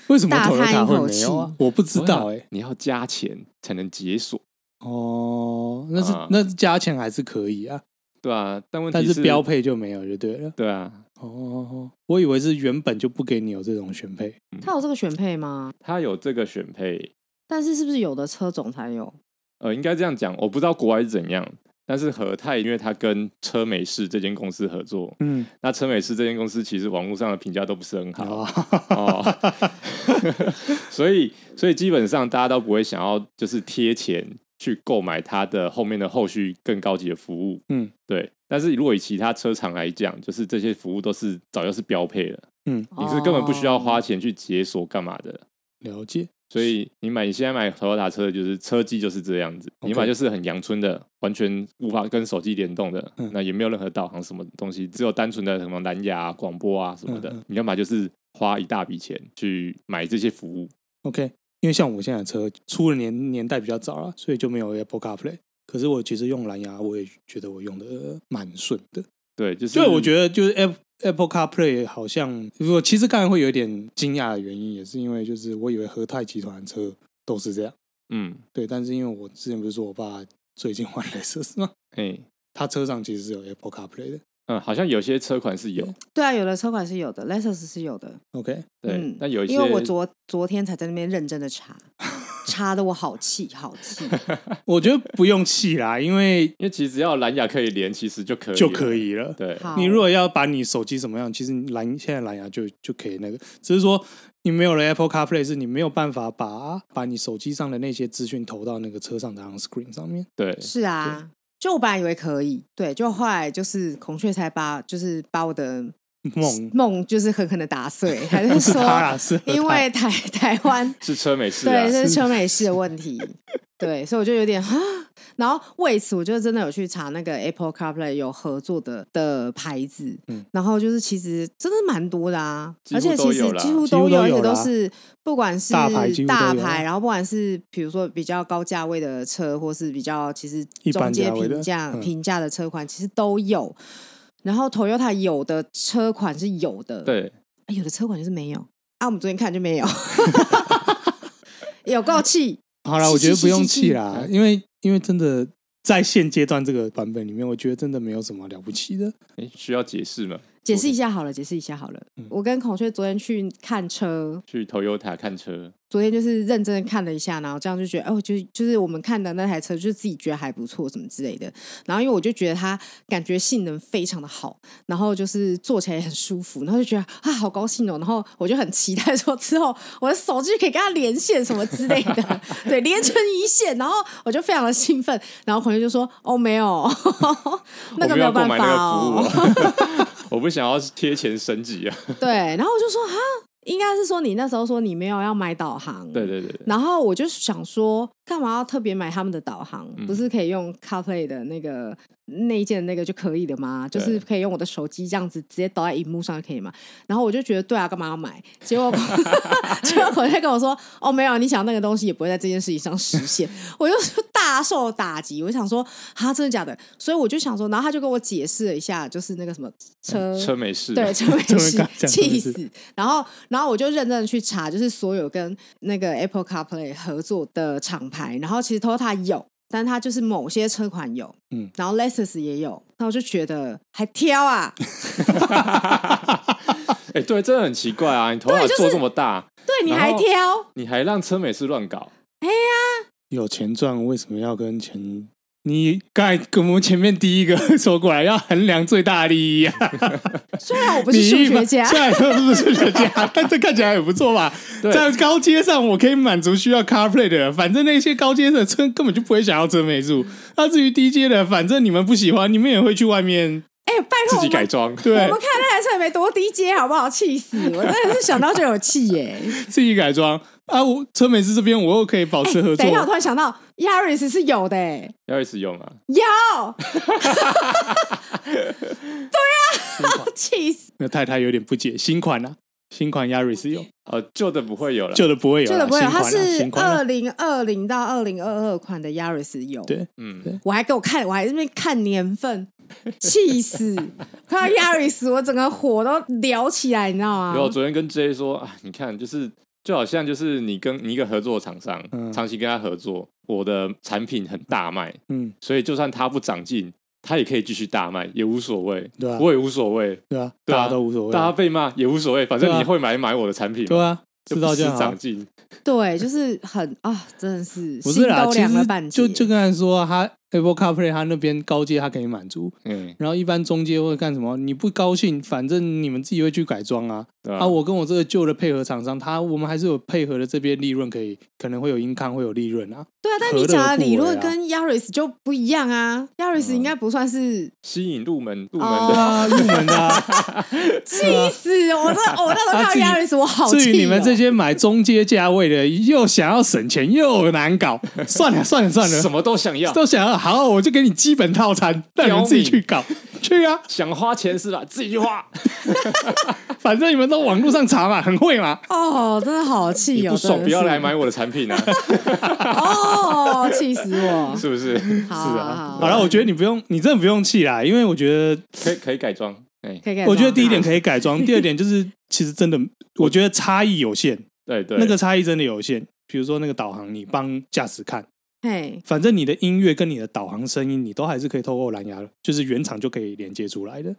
Speaker 2: 为什么
Speaker 1: 大
Speaker 2: t o
Speaker 1: 叹
Speaker 2: y
Speaker 1: 一口
Speaker 2: 会没有啊
Speaker 1: 气？
Speaker 2: 我不知道哎、
Speaker 3: 你要加钱才能解锁，
Speaker 2: 哦，那是、
Speaker 3: 啊
Speaker 2: 那是加钱还是可以啊，
Speaker 3: 对啊，但问题
Speaker 2: 但是标配就没有就对了。
Speaker 3: 对啊，
Speaker 2: 哦，我以为是原本就不给你有这种选配。
Speaker 1: 他有这个选配吗？
Speaker 3: 它有这个选配，
Speaker 1: 但是是不是有的车种才有？
Speaker 3: 呃，应该这样讲，我不知道国外是怎样，但是和泰因为它跟车美士这间公司合作，
Speaker 2: 嗯，
Speaker 3: 那车美士这间公司其实网络上的评价都不是很好。
Speaker 2: 好，啊
Speaker 3: 哦， *laughs* 所以所以基本上大家都不会想要就是贴钱去购买它的后面的后续更高级的服务，
Speaker 2: 嗯，
Speaker 3: 对。但是如果以其他车厂来讲，就是这些服务都是早就是标配了，
Speaker 2: 嗯，
Speaker 3: 你是根本不需要花
Speaker 1: 哦。
Speaker 3: 钱去解锁干嘛的。
Speaker 2: 了解。
Speaker 3: 所以你买你现在买 Toyota 车的就是车机就是这样子，你
Speaker 2: OK
Speaker 3: 买就是很阳春的，完全无法跟手机联动的，
Speaker 2: 嗯
Speaker 3: 那也没有任何导航什么东西，只有单纯的什么蓝牙、啊、广播啊什么的。
Speaker 2: 嗯嗯
Speaker 3: 你干嘛就是花一大笔钱去买这些服务？
Speaker 2: OK，因为像我现在的车出的年年代比较早了，所以就没有 Apple CarPlay。可是我其实用蓝牙，我也觉得我用的蛮顺的。
Speaker 3: 对，就是
Speaker 2: 对，我觉得就是 Apple Apple CarPlay 好像我其实刚才会有一点惊讶的原因，也是因为就是我以为和泰集团的车都是这样，
Speaker 3: 嗯，
Speaker 2: 对，但是因为我之前不是说我爸最近换雷射是吗？
Speaker 3: 哎、
Speaker 2: 他车上其实是有 Apple CarPlay 的
Speaker 3: 嗯，好像有些车款是
Speaker 2: 嗯
Speaker 3: 有，
Speaker 1: 对啊，有的车款是有的，Lexus 是有的。
Speaker 2: ，OK，
Speaker 3: 对，
Speaker 1: 嗯
Speaker 3: 但有一些
Speaker 1: 因为我昨昨天才在那边认真的查，查的我好气好
Speaker 3: *laughs*
Speaker 1: 气。
Speaker 2: 我觉得不用气啦，因为
Speaker 3: 因为其实只要蓝牙可以连，其实就可以
Speaker 2: 就可
Speaker 3: 了。
Speaker 2: 以了。
Speaker 3: 对，啊
Speaker 1: 好，
Speaker 2: 你如果要把你手机怎么样，其实你蓝现在蓝牙就就可以那个，只是说你没有了 Apple CarPlay，是你没有办法把把你手机上的那些资讯投到那个车上的 On Screen 上面。
Speaker 3: 对，
Speaker 1: 是啊，就我本来以为可以，对，就后来就是孔雀才把就是把我的
Speaker 2: 梦
Speaker 1: 梦就是狠狠的打碎，
Speaker 3: *laughs*
Speaker 1: 还是
Speaker 2: 是他
Speaker 1: 说
Speaker 2: 啦，是和
Speaker 1: 因
Speaker 2: 泰
Speaker 1: 为台台湾 *laughs*
Speaker 3: 是车美式啊
Speaker 2: *laughs*
Speaker 1: 对，，这是车美式的问题。对，所以我就有点啊，然后为此我就真的有去查那个 Apple CarPlay 有合作的的牌子，
Speaker 2: 嗯
Speaker 1: 然后就是其实真的蛮多的啊，
Speaker 3: 几
Speaker 1: 而且
Speaker 3: 乎都
Speaker 1: 其实
Speaker 3: 有啦
Speaker 1: 几乎
Speaker 2: 几乎
Speaker 1: 都
Speaker 2: 都
Speaker 1: 而且
Speaker 2: 有
Speaker 1: 都
Speaker 2: 啦
Speaker 1: 是不管是
Speaker 2: 大牌几乎都
Speaker 1: 大
Speaker 2: 有啊
Speaker 1: 牌然后不管是比如说比较高价位的车，或是比较其实
Speaker 2: 一
Speaker 1: 中
Speaker 2: 般
Speaker 1: 阶
Speaker 2: 价位的
Speaker 1: 平价
Speaker 2: 嗯
Speaker 1: 平价的车款，其实都有。然后 Toyota 有的车款是有的，
Speaker 3: 对，
Speaker 1: 啊有的车款就是没有啊。我们昨天看就 *laughs* 没有，有够气。
Speaker 2: 好啦，
Speaker 1: 气
Speaker 2: 我觉得
Speaker 1: 气
Speaker 2: 不用
Speaker 1: 气气
Speaker 2: 气啦，因为因为真的在现阶段这个版本里面，我觉得真的没有什么了不起的。
Speaker 3: 诶需要解释吗？
Speaker 1: 解释一下好了，解释一下好了。我跟孔雀昨天去看车，
Speaker 3: 去 Toyota 看车，
Speaker 1: 昨天就是认真的看了一下，然后这样就觉得，哦，就是就是我们看的那台车，就是自己觉得还不错什么之类的。然后因为我就觉得它感觉性能非常的好，然后就是坐起来也很舒服，然后就觉得啊好高兴哦。然后我就很期待说之后我的手机可以跟它连线什么之类的，对，连成一线。然后我就非常的兴奋，然后孔雀就说哦没有， *laughs* 那个
Speaker 3: 我没
Speaker 1: 没有
Speaker 3: 购
Speaker 1: 办
Speaker 3: 买
Speaker 1: 法哦。
Speaker 3: 那个服务、啊，我不想要贴钱升级啊。
Speaker 1: *laughs* 对，然后我就说哈，应该是说你那时候说你没有要买导航，
Speaker 3: 对。对对对，
Speaker 1: 然后我就想说，干嘛要特别买他们的导航？
Speaker 3: 嗯
Speaker 1: 不是可以用 CarPlay 的那个内建那个就可以的吗？就
Speaker 3: 对
Speaker 1: 是可以用我的手机这样子直接导在荧幕上就可以吗？然后我就觉得对啊，干嘛要买？结果 *laughs* 结果孔雀跟我说，哦，没有，你想那个东西也不会在这件事情上实现。 *laughs* 我就大受打击，我就想说啊，真的假的？所以我就想说，然后他就跟我解释了一下，就是那个什么车
Speaker 3: 车没事，
Speaker 1: 嗯
Speaker 3: 啊
Speaker 1: 对，陈
Speaker 3: *laughs*
Speaker 1: 美
Speaker 2: 陈美
Speaker 1: 熙
Speaker 2: 刚讲
Speaker 1: 气
Speaker 2: 的
Speaker 1: 死
Speaker 2: 是。
Speaker 1: 然后，然后我就认真的去查，就是所有跟那个 Apple CarPlay 合作的厂牌，然后其实 Toyota 有，但它就是某些车款有，
Speaker 2: 嗯，
Speaker 1: 然后 Lexus 也有，那我就觉得还挑
Speaker 3: *laughs*
Speaker 1: 啊，
Speaker 3: 哎、对，真的很奇怪啊！你头发做这么
Speaker 1: *laughs*
Speaker 3: 大，
Speaker 1: 对，你
Speaker 3: 然
Speaker 1: 还
Speaker 3: 后
Speaker 1: 挑，
Speaker 3: 你还让车美式乱
Speaker 1: 哦
Speaker 3: 搞，
Speaker 2: 有钱赚，为什么要跟钱？你刚才跟我们前面第一个说过来，要衡量最大利益啊！
Speaker 1: 虽然 *laughs* 我不
Speaker 2: 不
Speaker 1: 是数学家，
Speaker 2: *laughs* 虽然说不是数学家，但这看起来也不
Speaker 1: *laughs*
Speaker 2: 错吧？
Speaker 3: 对
Speaker 2: 在高阶上，我可以满足需要 CarPlay 的人，反正那些高阶的车根本就不会想要车美术。那至于低阶的，反正你们不喜欢，你们也会去外面。
Speaker 1: 哎、拜
Speaker 3: 自
Speaker 1: 托我
Speaker 3: 己改哎
Speaker 1: 们。
Speaker 3: 装，
Speaker 1: 我
Speaker 2: 对
Speaker 1: 们，看那台车也没多低阶，好不好？气死！我真的是想到就有气耶、
Speaker 2: 自己改装啊！我车美师这边我又可以保持合作
Speaker 1: 哎等一。下，我突然想到，Yaris 是有的、欸，
Speaker 3: *laughs* 要一直用啊！
Speaker 1: 有。对啊， *laughs* 气死！
Speaker 2: 那太太有点不解，新款啊，新款 Yaris 有，
Speaker 3: 呃，旧的不会有了，
Speaker 2: 旧的不会有啦，
Speaker 1: 旧的不会有，
Speaker 2: 新
Speaker 1: 它
Speaker 2: 款啊
Speaker 1: 是呃
Speaker 2: 新款啊
Speaker 1: 二零二零到二零二二款的 Yaris 有。
Speaker 2: 对
Speaker 3: 嗯，
Speaker 1: 我还给我看，我还在那边看年份，气
Speaker 2: *laughs*
Speaker 1: 死！看到 Yaris，我整个火都燎起来，你知道吗
Speaker 3: 然？后我昨天跟 J 说啊，你看，就是就好像就是你跟你一个合作厂商，
Speaker 2: 嗯
Speaker 3: 长期跟他合作，我的产品很大卖，
Speaker 2: 嗯，
Speaker 3: 所以就算他不长进，他也可以继续大卖，也无所谓，
Speaker 2: 对啊
Speaker 3: 我也无所谓，
Speaker 2: 对啊，
Speaker 3: 对
Speaker 2: 大
Speaker 3: 啊
Speaker 2: 家都无所谓
Speaker 3: 大家
Speaker 2: 啊，
Speaker 3: 被骂也无所谓，反正
Speaker 2: 对啊
Speaker 3: 你会买买我的产品嘛，
Speaker 2: 对啊，
Speaker 3: 就
Speaker 2: 知道就
Speaker 3: 不是
Speaker 2: 好啊
Speaker 3: 长。进，
Speaker 1: 对，就是很啊，真的是
Speaker 2: 不
Speaker 1: 心
Speaker 2: 是啦，
Speaker 1: 都
Speaker 2: 其
Speaker 1: 凉了
Speaker 2: 实
Speaker 1: 半截。
Speaker 2: 就就跟他说啊，他 Apple CarPlay 他那边高阶他可以满足，
Speaker 3: 嗯，
Speaker 2: 然后一般中阶会干什么？你不高兴，反正你们自己会去改装啊。
Speaker 3: 对吧
Speaker 2: 啊，我跟我这个旧的配合厂商，他我们还是有配合的这边利润可以，可能会有 income 会有利润啊。
Speaker 1: 对啊，但
Speaker 2: 何
Speaker 1: 你
Speaker 2: 乐
Speaker 1: 讲的
Speaker 2: 不
Speaker 1: 理
Speaker 2: 为
Speaker 1: 论
Speaker 2: 啊
Speaker 1: 跟 Yaris 就不一样啊，Yaris 应该不算是
Speaker 3: 吸引入门入门
Speaker 1: 哦
Speaker 3: 的。
Speaker 2: 啊，入门的、啊。
Speaker 1: 气死！我这我
Speaker 2: *laughs*
Speaker 1: 那时候看到 Yaris，我好气、哦
Speaker 2: 至于你们这。些买中阶价位的，又想要省钱又难搞，
Speaker 1: *laughs*
Speaker 2: 算了算了算
Speaker 3: 什
Speaker 2: 了，
Speaker 3: 么都
Speaker 2: *laughs*
Speaker 3: 想要，
Speaker 2: 都想要好，我就给你基本套
Speaker 1: *laughs*
Speaker 2: 餐，让你们自己去搞，去啊，
Speaker 3: 想花钱是吧？自己去花，
Speaker 2: *laughs* 反正你们都网络上查嘛，很会嘛。
Speaker 1: 哦，真的好气
Speaker 3: 你
Speaker 1: 哦！
Speaker 3: 不爽
Speaker 1: 真的
Speaker 3: 不要
Speaker 1: 是
Speaker 3: 来买我的产品啊，
Speaker 2: *laughs*
Speaker 1: 哦，气死我！
Speaker 3: *laughs* 是不是？
Speaker 1: 好
Speaker 2: 是
Speaker 1: 好
Speaker 2: 啊，
Speaker 1: 好
Speaker 2: 好了，我觉得你不用，你真的不用气啦，因为我觉得，
Speaker 3: 可以可以改装，哎，
Speaker 1: 可以改装。啊
Speaker 2: 我觉得第一点可以改装，第二点就是其实真的，我觉得差异有限，
Speaker 3: 对对，
Speaker 2: 那个差异真的有限。比如说那个导航，你帮驾驶看，
Speaker 1: 嘿，
Speaker 2: 反正你的音乐跟你的导航声音，你都还是可以透过蓝牙，就是原厂就可以连接出来的。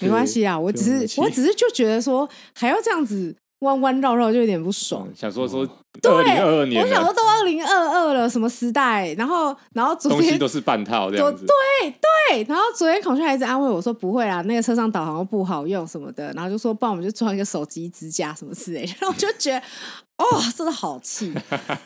Speaker 1: 没关系啊，我
Speaker 2: 不
Speaker 1: 只
Speaker 2: 用那
Speaker 1: 是
Speaker 2: 么气
Speaker 1: 我只是就觉得说还要这样子弯弯绕绕就有点不爽
Speaker 3: 嗯。想说说
Speaker 2: 哦
Speaker 1: 对
Speaker 3: 二零二二年啊
Speaker 1: 我想说
Speaker 3: 了，
Speaker 1: 都二零二二了，什么时代？然后然后昨
Speaker 3: 东西
Speaker 1: 天
Speaker 3: 都是半套这
Speaker 1: 昨
Speaker 3: 样子
Speaker 1: 对， *laughs* 对，然后昨天孔雀还一直安慰我说不会啦，那个车上导航又不好用什么的，然后就说不然我们就装一个手机支架什么之类的， *laughs* 然后我就觉得哦，真的好气。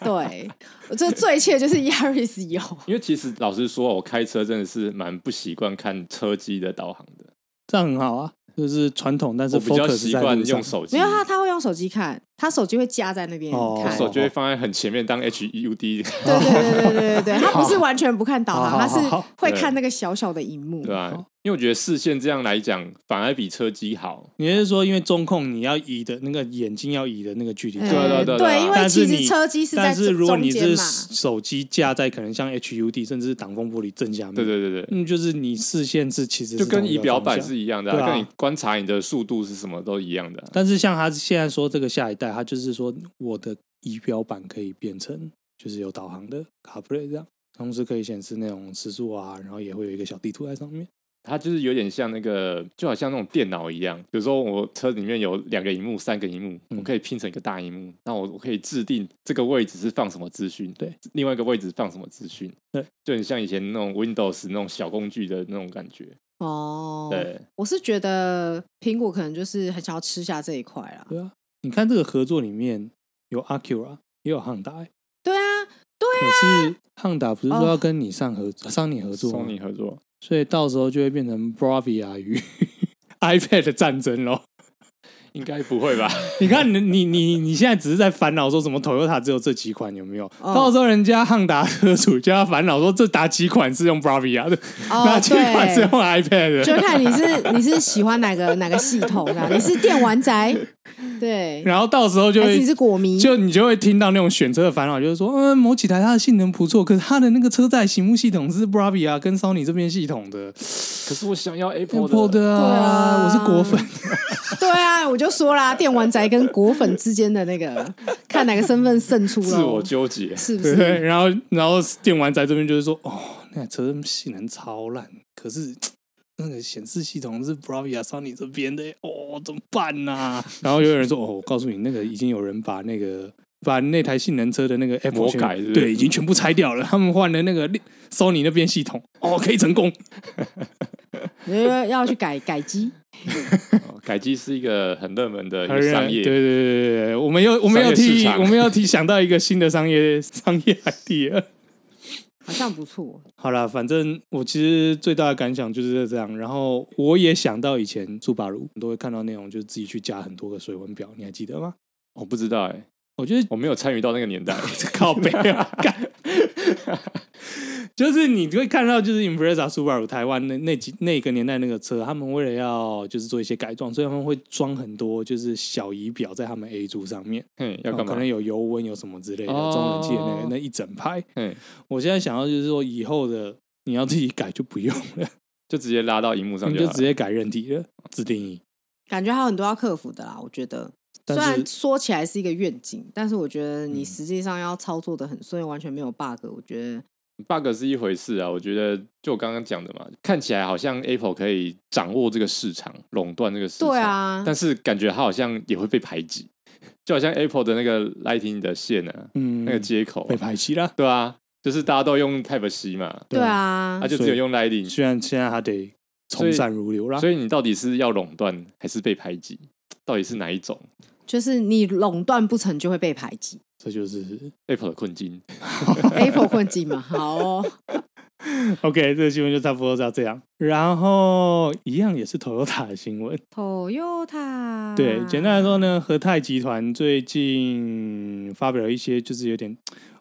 Speaker 1: 对，我这最气的就是 Yaris 有，
Speaker 3: 因为其实老实说，我开车真的是蛮不习惯看车机的导航的，
Speaker 2: 这样很好啊，就是传统，但是
Speaker 3: 我比较
Speaker 2: focus
Speaker 3: 习
Speaker 2: 在
Speaker 3: 惯
Speaker 2: 路上
Speaker 3: 用手机
Speaker 1: 没有。他他会用手机看，他手机会架在那边
Speaker 2: 哦
Speaker 1: 看，
Speaker 3: 手就会放在很前面当 HUD，
Speaker 1: 对对对对对对对，
Speaker 3: *laughs*
Speaker 1: 他不是完全不看导
Speaker 2: 好
Speaker 1: 航，他是
Speaker 2: 好好好
Speaker 1: 会看那个小小的荧幕
Speaker 3: 对。啊吧、
Speaker 2: 嗯好
Speaker 3: 因为我觉得视线这样来讲，反而比车机好。
Speaker 2: 你是说，因为中控你要移的那个眼睛要移的那个距离？
Speaker 1: 哎
Speaker 3: 对啊对对对
Speaker 1: 因为
Speaker 2: 但
Speaker 1: 其
Speaker 2: 是
Speaker 1: 实
Speaker 2: 你
Speaker 1: 车机是在
Speaker 2: 但是如果
Speaker 1: 中
Speaker 2: 你
Speaker 1: 间
Speaker 2: 是
Speaker 1: 嘛，
Speaker 2: 手机架在可能像 HUD 甚至是挡风玻璃正下面，
Speaker 3: 对对对对，
Speaker 2: 嗯，就是你视线是其实
Speaker 3: 就是跟
Speaker 2: 同一
Speaker 3: 仪
Speaker 2: 个
Speaker 3: 表
Speaker 2: 方
Speaker 3: 板
Speaker 2: 向
Speaker 3: 是一样的、啊，
Speaker 2: 对啊
Speaker 3: 跟你观察你的速度是什么都一样的啊、
Speaker 2: 但是像他现在说这个下一代，他就是说我的仪表板可以变成就是有导航的 CarPlay 这样，同时可以显示那种时速啊，然后也会有一个小地图在上面。
Speaker 3: 它就是有点像那个，就好像那种电脑一样。比如说我车里面有两个荧幕、三个荧幕，
Speaker 2: 嗯
Speaker 3: 我可以拼成一个大荧幕。那我我可以制定这个位置是放什么资讯，
Speaker 2: 对，
Speaker 3: 另外一个位置放什么资讯，
Speaker 2: 对，
Speaker 3: 就很像以前那种 Windows 那种小工具的那种感觉。
Speaker 1: 哦，
Speaker 3: 对，
Speaker 1: 我是觉得苹果可能就是很想要吃下这一块啦。
Speaker 2: 对啊，你看这个合作里面有 Acura 也有 Honda，、欸
Speaker 1: 对啊，
Speaker 2: 可是 Honda 不是说
Speaker 1: 哦
Speaker 2: 要跟你上合桑尼合作
Speaker 3: 索
Speaker 2: 吗
Speaker 3: 尼？合作，
Speaker 2: 所以到时候就会变成 Bravia 与 *laughs* iPad 的战争咯。
Speaker 3: 应该不会
Speaker 2: *laughs*
Speaker 3: 吧？
Speaker 2: 你看你，你你你现在只是在烦恼说什么 Toyota 只有这几款有没有？
Speaker 1: 哦
Speaker 2: 到时候人家汉达车主就要烦恼说这哪几款是用 Bravia 的，哪 *laughs*
Speaker 1: 哦
Speaker 2: 几款是用
Speaker 1: 对。*laughs*
Speaker 2: iPad
Speaker 1: 就
Speaker 2: 的。
Speaker 1: 看你是你是喜欢哪个哪个系统啊？你是电玩
Speaker 2: *laughs*
Speaker 1: 宅，对，
Speaker 2: 然后到时候就
Speaker 1: 还是你
Speaker 2: 会
Speaker 1: 是果迷？
Speaker 2: 就你就会听到那种选车的烦恼，就是说，嗯，某几台它的性能不错，可是它的那个车载屏幕系统是 Bravia 跟 Sony 这边系统的
Speaker 3: 可是我想要 Apple 的
Speaker 2: Apple 的啊，我
Speaker 1: 对啊
Speaker 2: 是
Speaker 1: *laughs*
Speaker 2: 果粉，
Speaker 1: 对啊，我就说啦，电玩宅跟果粉之间的那个，看哪个身份胜出
Speaker 3: 自我
Speaker 2: 啊
Speaker 1: 了，
Speaker 3: 纠结。
Speaker 1: 是不
Speaker 2: 对
Speaker 1: 是？
Speaker 2: 然后然后电玩宅这边就是说，哦，那台车性能超烂，可是那个显示系统是 Bravia Sony 这边的，哦，怎么办呐、然后又有人说，哦，我告诉你，那个已经有人把那个。把那台性能车的那个 Apple
Speaker 3: 魔
Speaker 2: 全
Speaker 3: 改是不是
Speaker 2: 对，已经全部拆掉了。他们换了那个 Sony 那边系统，哦，可以成功。
Speaker 1: 你要要去改改机，
Speaker 3: 哦改机是一个很热门的一
Speaker 2: 很
Speaker 3: 个商业，
Speaker 2: 对对对对对，我们又我们又
Speaker 3: 商业市
Speaker 2: 替
Speaker 3: 场
Speaker 2: 我们又替想到一个新的商业商业 idea。
Speaker 1: 好像不错。
Speaker 2: 好啦，反正我其实最大的感想就是这样。然后我也想到以前苏巴鲁，你都会看到那种就是自己去加很多个水温表，你还记得吗？
Speaker 3: 我不知道哎、
Speaker 2: 我觉得 *laughs*
Speaker 3: 我没有参与到那个年代。
Speaker 2: 靠背啊，干 *laughs* 就是你会看到，就是 Impreza、苏巴鲁台湾那那几那个年代那个车，他们为了要就是做一些改装，所以他们会装很多就是小仪表在他们 A 柱上面，
Speaker 3: 嘿，
Speaker 2: 然
Speaker 3: 要
Speaker 2: 后
Speaker 3: 干嘛
Speaker 2: 哦可能？有油温、有什么之类的，
Speaker 3: 哦
Speaker 2: 中冷气的那个那一整排。
Speaker 3: 嘿，
Speaker 2: 我现在想要就是说，以后的你要自己改就不用了。
Speaker 3: 就直接拉到荧幕上
Speaker 2: 你
Speaker 3: 就
Speaker 2: 就
Speaker 3: 好
Speaker 2: 直
Speaker 3: 了。
Speaker 2: 接改认题了，自定义。
Speaker 1: 感觉还有很多要克服的啦，我觉得。虽
Speaker 2: 但
Speaker 1: 然
Speaker 2: 是
Speaker 1: 说起来是一个愿景，但是我觉得你实际上要操作的很顺，完全没有 bug。我觉得
Speaker 3: bug 是一回事啊，我觉得就我刚刚讲的嘛，看起来好像 Apple 可以掌握这个市场，垄断这个市场，
Speaker 1: 对，啊，
Speaker 3: 但是感觉它好像也会被排挤， *laughs* 就好像 Apple 的那个 Lightning 的线啊，
Speaker 2: 嗯，
Speaker 3: 那个接口啊、
Speaker 2: 被排挤了。
Speaker 3: 对啊，就是大家都用 Type C 嘛，
Speaker 1: 对，啊
Speaker 3: 它、，就只有用 Lightning，
Speaker 2: 嗯虽然现在还得从善如流啦，
Speaker 3: 所
Speaker 2: 以
Speaker 3: 以你到底是要垄断还是被排挤？到底是哪一种
Speaker 1: 就是你垄断不成就会被排挤
Speaker 2: 这就是 *laughs*
Speaker 3: Apple 的困境？
Speaker 1: ，Apple 困境嘛。好哦，
Speaker 2: OK，这个新闻就差不多到这样。然后一样也是 Toyota 的新闻，
Speaker 1: Toyota。
Speaker 2: 对，简单来说呢，和泰集团最近发表了一些，就是有点，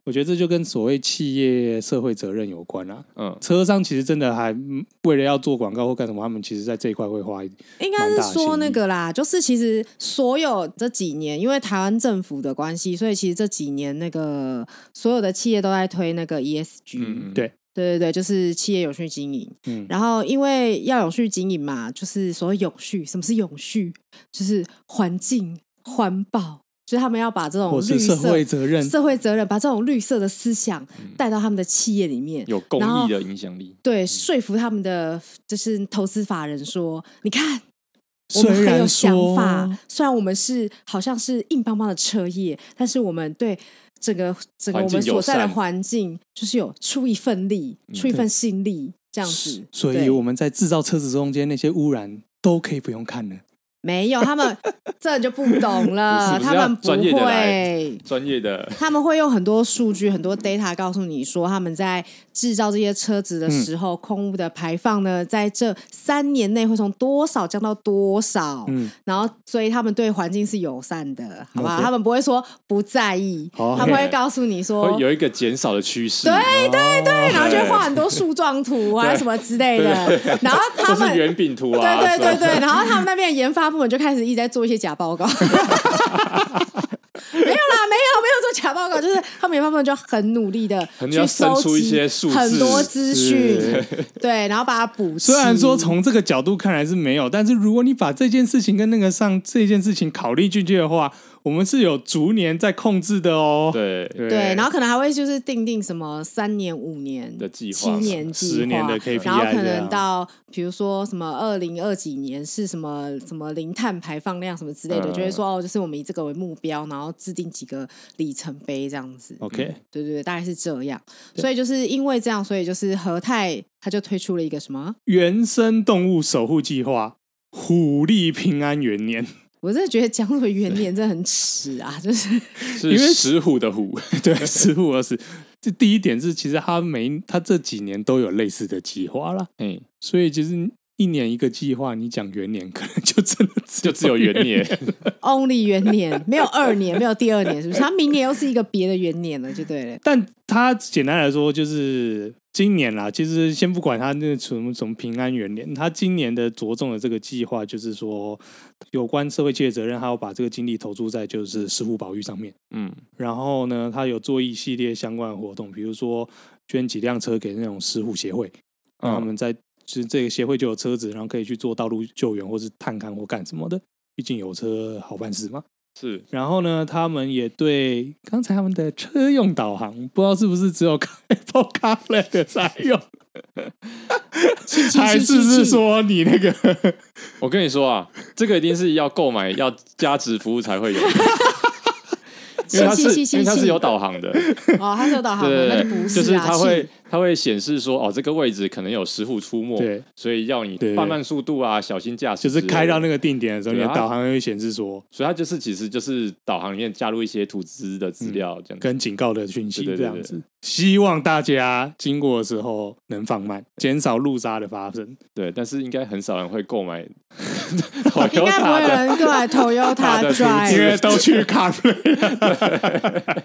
Speaker 2: 我觉得这就跟所谓企业社会责任有关啦。
Speaker 3: 嗯，
Speaker 2: 车商其实真的还嗯为了要做广告或干什么，他们其实在这一块会花一
Speaker 1: 应该
Speaker 2: 蛮大
Speaker 1: 是
Speaker 2: 的
Speaker 1: 说
Speaker 2: 心
Speaker 1: 那
Speaker 2: 意
Speaker 1: 个啦，就是其实所有这几年，因为台湾政府的关系，所以其实这几年那个所有的企业都在推那个 ESG，、
Speaker 3: 嗯嗯
Speaker 2: 对
Speaker 1: 对对对，就是企业永续经营。
Speaker 2: 嗯
Speaker 1: 然后因为要永续经营嘛，就是所谓永续，什么是永续？就是环境环保，就是他们要把这种
Speaker 2: 或
Speaker 1: 绿
Speaker 2: 是
Speaker 1: 色
Speaker 2: 社会责任，嗯
Speaker 1: 社会责任，把这种绿色的思想带到他们的企业里面。
Speaker 3: 有公
Speaker 1: 然后
Speaker 3: 益的影响力，
Speaker 1: 对，说服他们的就是投资法人说，你看我们
Speaker 2: 虽
Speaker 1: 很有
Speaker 2: 然
Speaker 1: 想
Speaker 2: 说
Speaker 1: 法，虽然我们是好像是硬邦邦的车业，但是我们对整个整个我们
Speaker 3: 环境友
Speaker 1: 所在的
Speaker 3: 善嗯
Speaker 1: 环境，就是有出一份力，出一份心力这样子。
Speaker 2: 所
Speaker 1: 对
Speaker 2: 以我们在制造车子中间那些污染都可以不用看了。
Speaker 1: 没有，他们这你就不懂
Speaker 3: *laughs*
Speaker 1: 了，
Speaker 3: 不是不
Speaker 1: 他
Speaker 3: 是
Speaker 1: 们不
Speaker 3: 要专业的来
Speaker 1: 会。
Speaker 3: 专业的
Speaker 1: 他们会用很多数据、很多 data 告诉你说，他们在制造这些车子的时
Speaker 3: 嗯
Speaker 1: 候，空污的排放呢，在这三年内会从多少降到多少，
Speaker 2: 嗯，
Speaker 1: 然后所以他们对环境是友善的，好不好？
Speaker 2: OK
Speaker 1: 他们不会说不在意，
Speaker 2: 哦
Speaker 1: 他们会告诉你说
Speaker 3: 哦会，有一个减少的趋势，
Speaker 1: 哦对对对，然后就会
Speaker 3: 对
Speaker 1: 画很多树状图啊
Speaker 3: 对
Speaker 1: 什么之类的，然后他
Speaker 3: 或是
Speaker 1: 们
Speaker 3: 圆饼图啊，
Speaker 1: 对对对
Speaker 3: 是吧
Speaker 1: 对，然后他们那边的研发部门就开始一直在做一些假报告。没有啦，没有没有做假报告，就是他们研发部门就很努力的
Speaker 3: 很
Speaker 1: 去
Speaker 3: 要生
Speaker 1: 收
Speaker 3: 出一
Speaker 1: 集
Speaker 3: 些数字
Speaker 1: 很多资讯
Speaker 2: 是，
Speaker 1: 对，然后把它补齐。
Speaker 2: 虽然说从这个角度看来是没有，但是如果你把这件事情跟那个上这件事情考虑进去的话，我们是有逐年在控制的哦。
Speaker 3: 对
Speaker 2: 对
Speaker 1: 对，然后可能还会就是定定什么三年、五年
Speaker 3: 的计划
Speaker 1: 七年计划、
Speaker 2: 十年的 KPI
Speaker 1: 然后可
Speaker 2: 这
Speaker 1: 能
Speaker 2: 样
Speaker 1: 到比如说什么二零二几年是什么什么零碳排放量什么之类的，
Speaker 3: 嗯
Speaker 1: 就会说哦，就是我们以这个为目标，然后制定几个里程碑这样子。
Speaker 2: OK，
Speaker 1: 对对对，大概是这样。所以就是因为这样，所以就是和泰他就推出了一个什么？
Speaker 2: 原生动物守护计划，虎力平安元年。
Speaker 1: 我真的觉得讲什么元年真的很耻啊！就是
Speaker 3: 是
Speaker 2: 因为
Speaker 3: 石虎的虎，
Speaker 2: 对，十五二十。这第一点是，其实他每他这几年都有类似的计划啦，
Speaker 3: 嗯，
Speaker 2: 所以其实一年一个计划，你讲元年可能就真的只
Speaker 3: 就只有
Speaker 2: *laughs*
Speaker 3: 元年，
Speaker 1: only 元年，没有二年，没有第二年，是不是？他明年又是一个别的元年了，就对了。
Speaker 2: 但它简单来说就是今年啦，其实先不管它那个什么什么平安元年，它今年的着重的这个计划就是说，有关社会企业责任，它要把这个精力投注在就是石虎保育上面。
Speaker 3: 嗯，
Speaker 2: 然后呢，它有做一系列相关的活动，比如说捐几辆车给那种石虎协会，
Speaker 3: 嗯
Speaker 2: 让他们在就是这个协会就有车子，然后可以去做道路救援或是探勘或干什么的。毕竟有车好办事嘛。
Speaker 3: 是
Speaker 2: 然后呢，他们也对刚才他们的车用导航，不知道是不是只有 Apple CarPlay 的才用，还是是说你那个
Speaker 3: 我跟你说啊，这个一定是要购买要加值服务才会有，因为它
Speaker 1: 是是
Speaker 3: 是
Speaker 1: 是
Speaker 3: 因为它
Speaker 1: 是
Speaker 3: 是有导航的，
Speaker 1: 哦，他是有导航的，那
Speaker 3: 对
Speaker 1: 就，不
Speaker 3: 就是
Speaker 1: 是啊，
Speaker 3: 它会
Speaker 1: 是
Speaker 3: 它会显示说哦，这个位置可能有石虎出没，
Speaker 2: 对，
Speaker 3: 所以要你
Speaker 2: 对
Speaker 3: 放慢速度啊，小心驾驶
Speaker 2: 就
Speaker 3: 之类的，
Speaker 2: 是开到那个定点的时候，你
Speaker 3: 对
Speaker 2: 的
Speaker 3: 啊
Speaker 2: 导航会显示说
Speaker 3: 所以它就是其实就是导航里面加入一些图资的
Speaker 1: 嗯
Speaker 3: 资料这样子，
Speaker 2: 跟警告的讯息
Speaker 3: 对对
Speaker 2: 这
Speaker 3: 对
Speaker 2: 样子。希望大家经过的时候能放慢，减少路杀的发生。
Speaker 3: 对，但是应该很少人会
Speaker 1: *laughs*
Speaker 3: 购买
Speaker 1: 应该不会
Speaker 3: Toyota
Speaker 1: 有
Speaker 3: *laughs* 的，
Speaker 1: 人过来 Toyota
Speaker 3: 的图
Speaker 2: 因
Speaker 1: Drive，
Speaker 2: 为都去 CarPlay 了。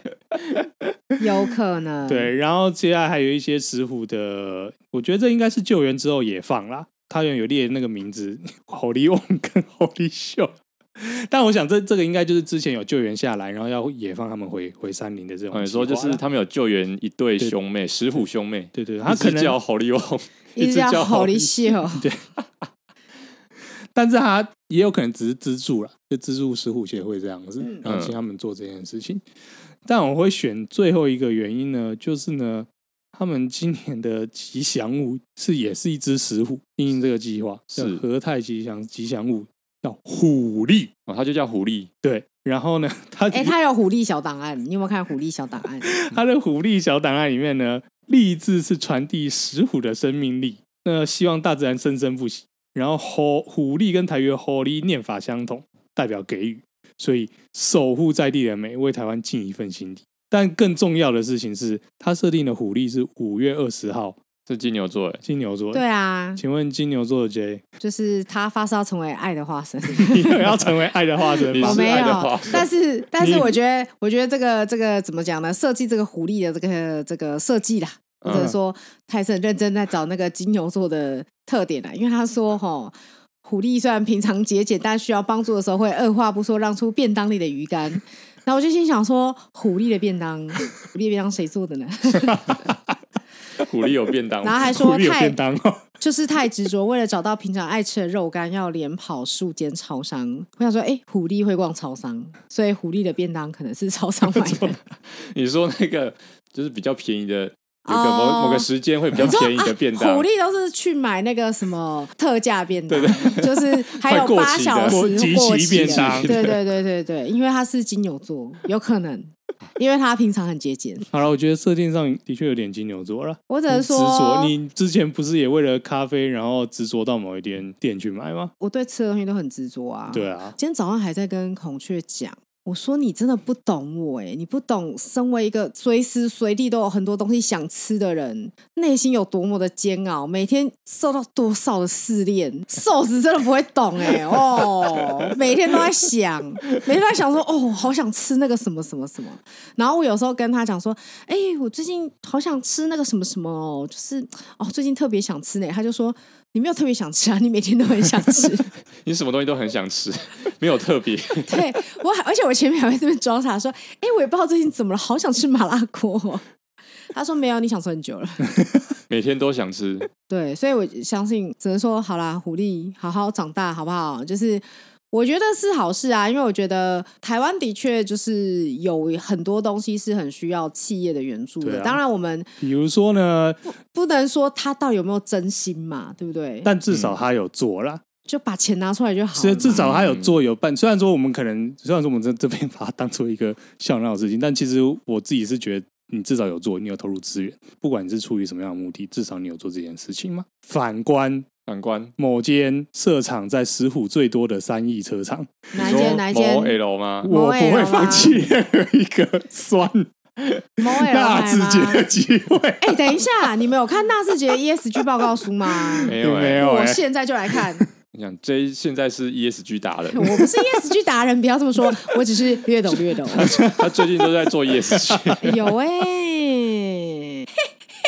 Speaker 1: 有可能。
Speaker 3: 嗯 *laughs*
Speaker 2: 对，然后接下来还有一些石虎的，我觉得这应该是救援之后也放啦。他原有列那个名字，侯立旺跟侯立秀。 *laughs* 但我想这这个应该就是之前有救援下来，然后要也放他们回回山林的这种计划啦。
Speaker 3: 嗯，说就是他们有救援一对兄妹，石虎兄妹，
Speaker 2: 对对，
Speaker 3: 一
Speaker 2: 他
Speaker 3: 只
Speaker 2: 可能
Speaker 3: 叫侯利翁，
Speaker 1: 一直叫
Speaker 2: 侯
Speaker 1: Holy Shit，
Speaker 2: 但是他也有可能只是资助了，就资助石虎协会这样子，然后
Speaker 3: 嗯
Speaker 2: 请他们做这件事情。但我会选最后一个原因呢，就是呢，他们今年的吉祥物是也是一只石虎，因应这个计划
Speaker 3: 是
Speaker 2: 叫和泰吉祥吉祥物叫虎力，
Speaker 3: 哦，他就叫狐狸，
Speaker 2: 对。然后呢，他
Speaker 1: 哎，他有狐狸小档案，你有没有看狐狸小档
Speaker 3: *laughs*
Speaker 1: 案？
Speaker 2: 他的虎力小档案里面呢，力字是传递石虎的生命力，那希望大自然生生不息。然后虎虎力跟台语的虎力念法相同，代表给予，所以守护在地的美，为台湾尽一份心力。但更重要的事情是，他设定的虎力是五月二十号，
Speaker 3: 是金牛座，哎，
Speaker 2: 金牛座。
Speaker 1: 对，啊，
Speaker 2: 请问金牛座的 J， *laughs*
Speaker 1: 就是他发烧成为爱的化身。
Speaker 2: 你有要成为爱的嗯化身
Speaker 3: 你
Speaker 1: *laughs* 我
Speaker 2: 吗
Speaker 3: 是？
Speaker 1: 哦没
Speaker 3: 爱的
Speaker 1: 有
Speaker 3: 化，
Speaker 1: 但
Speaker 2: *laughs*
Speaker 1: 是但是
Speaker 2: 你
Speaker 1: 我觉得，我觉得这个这个怎么讲呢？设计这个狐狸的这个这个设计啦，或者
Speaker 3: 嗯
Speaker 1: 说泰森认真在找那个金牛座的特点啦，因为他说哈。狐狸虽然平常节俭，但需要帮助的时候会二话不说让出便当里的鱼干。然后我就心想说，狐狸的便当，狐狸的便当谁做的呢？ *laughs*
Speaker 3: 狐狸有便当
Speaker 1: 然后
Speaker 3: 吗，
Speaker 1: 还
Speaker 2: 狐
Speaker 1: 说
Speaker 2: 狸有
Speaker 1: 太
Speaker 2: 便当哦， *laughs*
Speaker 1: 就是太执着，为了找到平常爱吃的肉干，要连跑数间超商。我想说，哎、狐狸会逛超商，所以狐狸的便当可能是超商买的。
Speaker 3: 你说那个就是比较便宜的，有个
Speaker 1: 哦
Speaker 3: *laughs* 某某个时间会比较便宜的便当
Speaker 1: 狐，狸都是去买那个什么特价便当，就是还有
Speaker 3: 快过
Speaker 1: 八
Speaker 3: 期的
Speaker 1: 小时
Speaker 2: 过即
Speaker 1: 过
Speaker 2: 期
Speaker 1: 期的
Speaker 2: 便当
Speaker 1: 对对对对对，因为他是金牛座，有可能因为他平常很节俭。
Speaker 2: 好了，我觉得设定上的确有点金牛座了。
Speaker 1: 我只能
Speaker 2: 执着，
Speaker 1: 说，
Speaker 2: 你之前不是也为了咖啡，然后执着到某一间店去买吗？
Speaker 1: 我对吃的东西都很执着啊。
Speaker 2: 对啊，
Speaker 1: 今天早上还在跟孔雀讲，我说你真的不懂我哎、你不懂身为一个随时随地都有很多东西想吃的人，内心有多么的煎熬，每天受到多少的试炼，瘦子真的不会懂哎、哦，每天都在想，每天都在想说哦，我好想吃那个什么什么什么，然后我有时候跟他讲说，哎、我最近好想吃那个什么什么哦，就是哦，最近特别想吃呢、欸他就说。你没有特别想吃啊，你每天都很想吃。
Speaker 3: 你什么东西都很想吃， *laughs* 没有特别。
Speaker 1: *laughs* 对我还，而且我前面还会这边装傻说：“哎、我也不知道最近怎么了，好想吃麻辣锅 *laughs* 哦。”他说：“没有，你想吃很久了。 *laughs*
Speaker 3: 每天都想吃，”
Speaker 1: 对，所以我相信，只能说好啦，狐狸好好长大，好不好？就是我觉得是好事啊，因为我觉得台湾的确就是有很多东西是很需要企业的援助
Speaker 2: 对
Speaker 1: 的。
Speaker 2: 啊
Speaker 1: 当然，我们
Speaker 2: 比如说呢，
Speaker 1: 不能说他到底有没有真心嘛，对不对？
Speaker 2: 但至少他有做啦，
Speaker 1: 就把钱拿出来就好
Speaker 2: 所
Speaker 1: 了
Speaker 2: 以
Speaker 1: 嘛。
Speaker 2: 至少他有做有办。虽然说我们可能，虽然说我们这这边把它当做一个笑闹的事情，但其实我自己是觉得。你至少有做，你有投入资源，不管你是出于什么样的目的，至少你有做这件事情嘛。反观
Speaker 3: 反观
Speaker 2: 某间设厂在石虎最多的三亿车厂，
Speaker 1: 哪一
Speaker 3: 你说
Speaker 1: 间哪一间
Speaker 3: 某 L 吗？
Speaker 2: 我不会放弃任何一个酸
Speaker 1: 某尔
Speaker 2: *laughs* 纳智捷的机会。
Speaker 1: 哎、等一下，你们有看纳智捷 ESG 报告书吗？
Speaker 3: 没有、欸、
Speaker 2: 没有
Speaker 1: 我
Speaker 2: 哎、
Speaker 1: 现在就来看，
Speaker 3: 你想 J 现在是 E ESG
Speaker 1: *laughs*
Speaker 3: 达人，
Speaker 1: 我不是 ESG 达人，不要这么
Speaker 2: *laughs*
Speaker 1: 说，我只是略懂略懂。
Speaker 3: 他最近都在做 *laughs* ESG。
Speaker 1: 有哎、嘿嘿嘿，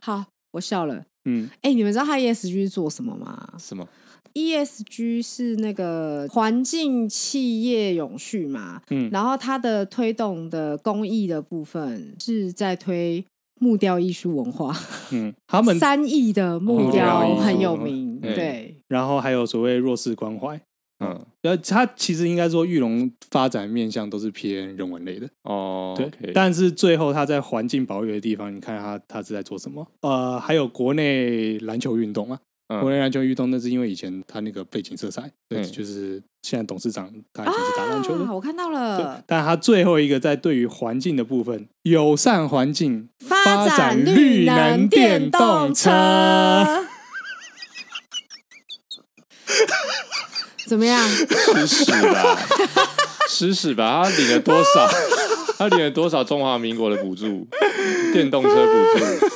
Speaker 1: 好，我笑了。
Speaker 2: 嗯，
Speaker 1: 哎、你们知道他 ESG 是做什么吗
Speaker 3: 什么？
Speaker 1: ？ESG 是那个环境、企业永续嘛，
Speaker 2: 嗯
Speaker 1: 然后它的推动的公益的部分是在推木雕艺术文化，
Speaker 2: 嗯，他们
Speaker 1: 三亿的木
Speaker 2: 木雕
Speaker 1: 雕
Speaker 2: 艺术
Speaker 1: 很有
Speaker 2: 文化
Speaker 1: 名，
Speaker 3: 嗯
Speaker 1: 对。
Speaker 2: 然后还有所谓弱势关怀，
Speaker 3: 嗯，
Speaker 2: 呃，它其实应该说玉龙发展面向都是偏人文类的，
Speaker 3: 哦，
Speaker 2: 对。
Speaker 3: OK
Speaker 2: 但是最后它在环境保育的地方，你看它它是在做什么？呃，还有国内篮球运动啊，
Speaker 3: 嗯
Speaker 2: 国内篮球运动那是因为以前它那个背景色彩，对，
Speaker 3: 嗯
Speaker 2: 就是现在董事长他以前是打篮球的，
Speaker 1: 啊，我看到
Speaker 2: 对
Speaker 1: 了，
Speaker 2: 但它最后一个在对于环境的部分，友善环境
Speaker 1: 发展
Speaker 2: 展
Speaker 1: 绿
Speaker 2: 绿
Speaker 1: 能电
Speaker 2: 能电
Speaker 1: 动
Speaker 2: 动
Speaker 1: 车
Speaker 2: 车。
Speaker 1: *laughs* 怎么样？
Speaker 2: *laughs*
Speaker 3: 吃屎 *laughs* 吧，吃屎吧！他领了多少？他领了多少中华民国的补助？电动车补助？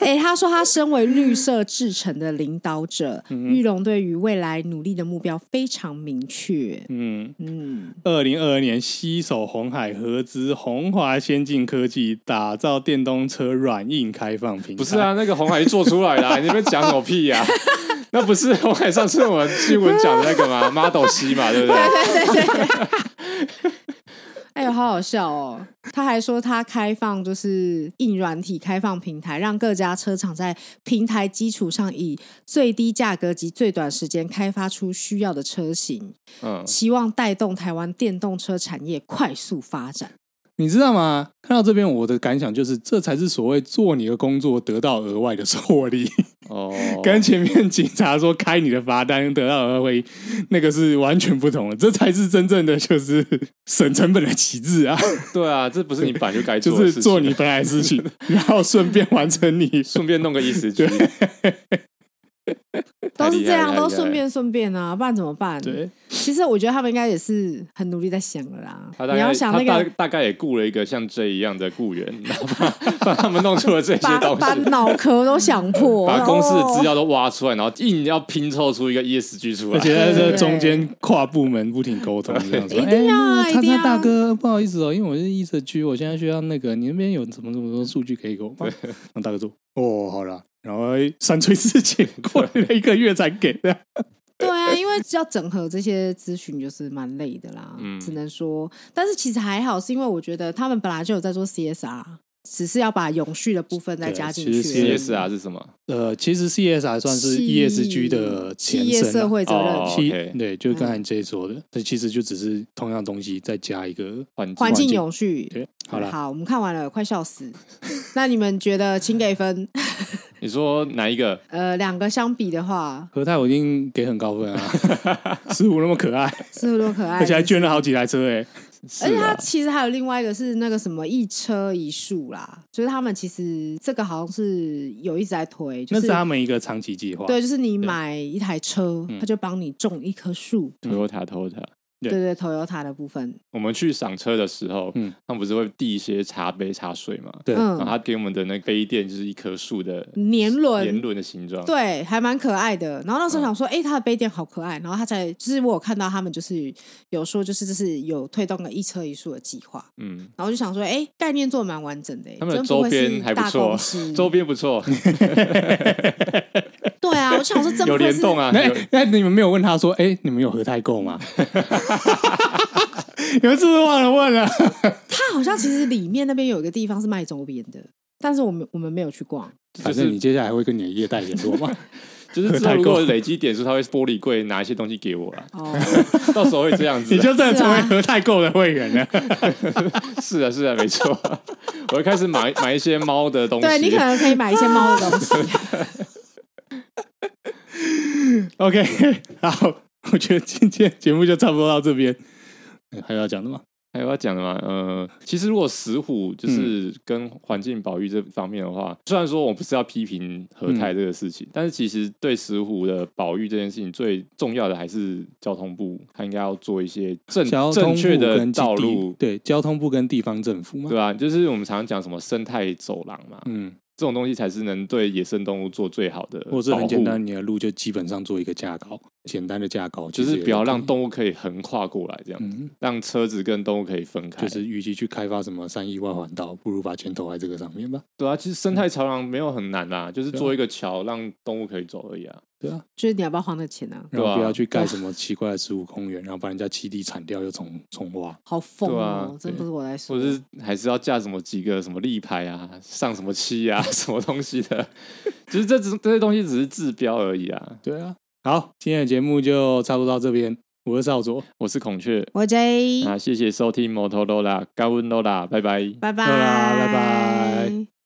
Speaker 1: 哎、他说他身为绿色制成的领导者，
Speaker 2: 嗯
Speaker 1: 玉龙对于未来努力的目标非常明确。
Speaker 2: 嗯，
Speaker 1: 嗯，
Speaker 2: 二零二二年携手红海合资红华先进科技，打造电动车软硬开放平台。
Speaker 3: 不是啊，那个红海一做出来啦，你们讲什么屁呀、那不是红海上次我们新闻讲的那个吗？Model C 嘛，对不对？啊
Speaker 1: *laughs* 哎呦，好好笑哦！他还说他开放就是硬软体开放平台，让各家车厂在平台基础上以最低价格及最短时间开发出需要的车型，
Speaker 3: 嗯，
Speaker 1: 希望带动台湾电动车产业快速发展。
Speaker 2: 你知道吗？看到这边，我的感想就是，这才是所谓做你的工作得到额外的获利，
Speaker 3: 哦，
Speaker 2: 跟前面警察说开你的罚单得到额外利那个是完全不同的。这才是真正的就是省成本的旗帜啊，
Speaker 3: 对啊，这不是你本来就该做
Speaker 2: 就
Speaker 3: 的
Speaker 2: 是
Speaker 3: 事情，啊
Speaker 2: 做你本来的事情，然后顺便完成你。
Speaker 3: 顺便弄个
Speaker 2: *laughs*
Speaker 3: ESG，
Speaker 1: 都是这样，
Speaker 3: 太厉害了
Speaker 1: 都顺便顺便啊，不然怎么办？
Speaker 2: 对，
Speaker 1: 其实我觉得他们应该也是很努力在想了啦。
Speaker 3: 他大
Speaker 1: 你
Speaker 3: 概
Speaker 1: 要想那
Speaker 3: 他
Speaker 1: 个
Speaker 3: 大大概也雇了一个像 J 一样的雇员， *laughs* 然后
Speaker 1: *laughs*
Speaker 3: 把把他们弄出了这些
Speaker 1: 把
Speaker 3: 东
Speaker 1: 把
Speaker 3: 西。
Speaker 1: 脑壳都想破，
Speaker 3: 把公司的资
Speaker 1: 哦
Speaker 3: 料都挖出来，然后硬要拼凑出一个 ESG 出
Speaker 2: 而
Speaker 3: 来。
Speaker 2: 且在这中间跨部门不停沟通，这样子。
Speaker 1: 一定要啊
Speaker 2: 哎
Speaker 1: 一
Speaker 2: 那个
Speaker 1: 定要
Speaker 2: 叉叉大哥，不好意思哦，因为我是一社区，我现在需要那个，你那边有什么什么什么数据可以给我吗？然后大哥说：“哦，好了。”然后三催四请，过了一个月才给
Speaker 1: *laughs*
Speaker 2: 的。
Speaker 1: 对啊，因为要整合这些资讯就是蛮累的啦，
Speaker 3: 嗯
Speaker 1: 只能说，但是其实还好，是因为我觉得他们本来就有在做 CSR，只是要把永续的部分再
Speaker 2: 对
Speaker 1: 加进去。
Speaker 2: 其实
Speaker 3: CSR 啊是什么？
Speaker 2: 呃，其实 CSR 算是
Speaker 1: 企
Speaker 2: ESG 的前
Speaker 1: 企业
Speaker 2: 身
Speaker 1: 社
Speaker 2: 啊。
Speaker 1: 会嗯责任。
Speaker 3: 哦
Speaker 2: 其
Speaker 3: OK
Speaker 2: 对，就是刚才 J 说的，这其实就只是同样东西再加一个。
Speaker 3: 环
Speaker 1: 环境
Speaker 2: 境
Speaker 1: 永续
Speaker 2: 对，好啦
Speaker 1: 我们看完了，快笑死。 *laughs* 那你们觉得，请给分。
Speaker 3: 你说哪一个？
Speaker 1: 呃，两个相比的话，
Speaker 2: 何泰我一
Speaker 3: *laughs*
Speaker 2: 定给很高分啊，师傅那么可爱，
Speaker 1: 是不是多可爱？
Speaker 2: 而且还捐了好几台车哎、
Speaker 1: 而且
Speaker 3: 是
Speaker 1: 它
Speaker 3: 啊
Speaker 1: 其实还有另外一个是那个什么一车一树啦，就是他们其实这个好像是有一直在推，就
Speaker 2: 那
Speaker 1: 是
Speaker 2: 是他们一个长期计划。
Speaker 1: 对，就是你买一台车，
Speaker 2: 嗯
Speaker 1: 他就帮你种一棵树。
Speaker 3: Toyota Toyota。
Speaker 2: 对
Speaker 1: 对对，Toyota 的部分，
Speaker 3: 我们去赏车的时候，
Speaker 2: 嗯
Speaker 3: 他们不是会递一些茶杯、茶水嘛？
Speaker 2: 对
Speaker 3: 然后
Speaker 1: 嗯，
Speaker 3: 他给我们的那个杯垫就是一棵树的
Speaker 1: 年轮
Speaker 3: 年轮的嗯形状。
Speaker 1: 对，还蛮可爱的。然后那时候想说，哎、它的杯垫好可爱。然后他才，就是我有看到他们就是有说，就是这是有推动了一车一树的计划。
Speaker 3: 嗯，
Speaker 1: 然后就想说，哎、概念做得蛮完整的、
Speaker 3: 他们的
Speaker 1: 真
Speaker 3: 周
Speaker 1: 不愧是
Speaker 3: 边还不
Speaker 1: 大
Speaker 3: 错
Speaker 1: 公司，
Speaker 3: *laughs* 周边不错，
Speaker 1: 对啊，我想说真
Speaker 3: 有
Speaker 1: 不愧
Speaker 3: 联
Speaker 1: 是
Speaker 3: 动啊，
Speaker 2: *laughs* 那
Speaker 3: 有
Speaker 2: 那你们没有问他说，哎，你们有合太购
Speaker 3: *laughs*
Speaker 2: 吗？你们是不是忘了问
Speaker 3: *laughs*
Speaker 2: 了？
Speaker 1: 它好像其实里面那边有一个地方是卖周边的，但是我们我们没有去逛。
Speaker 2: 反正你接下来会跟你的业代联络
Speaker 3: *laughs*
Speaker 2: 嘛。
Speaker 3: 就是之后如果累积点数，他会玻璃柜拿一些东西给我啦。啊 *laughs*
Speaker 1: 哦，
Speaker 3: 到时候会这样子
Speaker 2: 你
Speaker 3: 啊，
Speaker 2: 就真的成为合太购的会员
Speaker 3: *laughs*
Speaker 2: 了。
Speaker 3: 是啊是啊，没错， *laughs* 我会开始买 *laughs* 买一些猫的东西。
Speaker 1: 对你可能可以买一些猫的东
Speaker 3: *laughs*
Speaker 1: 西。
Speaker 2: OK，好， *laughs* 我觉得今天节目就差不多到这边。嗯还有要讲的吗？
Speaker 3: 还哎有要讲的吗？呃，其实如果石虎
Speaker 2: 嗯
Speaker 3: 就是跟环境保育这方面的话，虽然说我不是要批评和
Speaker 2: 嗯
Speaker 3: 泰这个事情，但是其实对石虎的保育这件事情，最重要的还是交通部，他应该要做一些正
Speaker 2: 交通
Speaker 3: 正
Speaker 2: 部
Speaker 3: 确的
Speaker 2: 跟基
Speaker 3: 道
Speaker 2: 地
Speaker 3: 路，
Speaker 2: 对，交通部跟地方政府嘛
Speaker 3: 对。吧、就是我们常常讲什么生态走廊嘛，
Speaker 2: 嗯，
Speaker 3: 这种东西才是能对野生动物做最好的
Speaker 2: 或者
Speaker 3: 保
Speaker 2: 很
Speaker 3: 护
Speaker 2: 简单，，你的路就基本上做一个架高，简单的架高，其
Speaker 3: 就
Speaker 2: 实
Speaker 3: 是
Speaker 2: 也
Speaker 3: 不要
Speaker 2: 可以
Speaker 3: 让。动物可以横跨过来，这样、
Speaker 2: 嗯，
Speaker 3: 让车子跟动物可以分开。
Speaker 2: 就是与其去开发什么三亿外环道，不如把钱投在这个上面吧。
Speaker 3: 对啊，其实生态桥廊没有很难啦、就是
Speaker 2: 对啊
Speaker 3: 做一个桥让动物可以走而已啊。
Speaker 2: 对啊，
Speaker 1: 就是你要不要花那钱啊？
Speaker 2: 然
Speaker 3: 对
Speaker 2: 后
Speaker 3: 啊
Speaker 2: 不要去盖什么奇怪的植物公园，然后把人家七地铲掉又重重挖。
Speaker 1: 好疯
Speaker 3: 对
Speaker 1: 哦、
Speaker 3: 啊
Speaker 1: 真不是我在说
Speaker 3: 或。者是还是要架什么几个什么立牌啊，
Speaker 2: *laughs*
Speaker 3: 上什么漆啊， *laughs* 什么东西的，就是这只这些东西只是治标而已啊。
Speaker 2: 对啊，好，今天的节目就差不多到这边。我是少佐，
Speaker 3: 我是孔雀，
Speaker 1: 我 J，
Speaker 3: 那谢谢收听摩托罗拉，高温罗拉，拜拜。
Speaker 1: 拜拜，
Speaker 2: 对啦拜拜。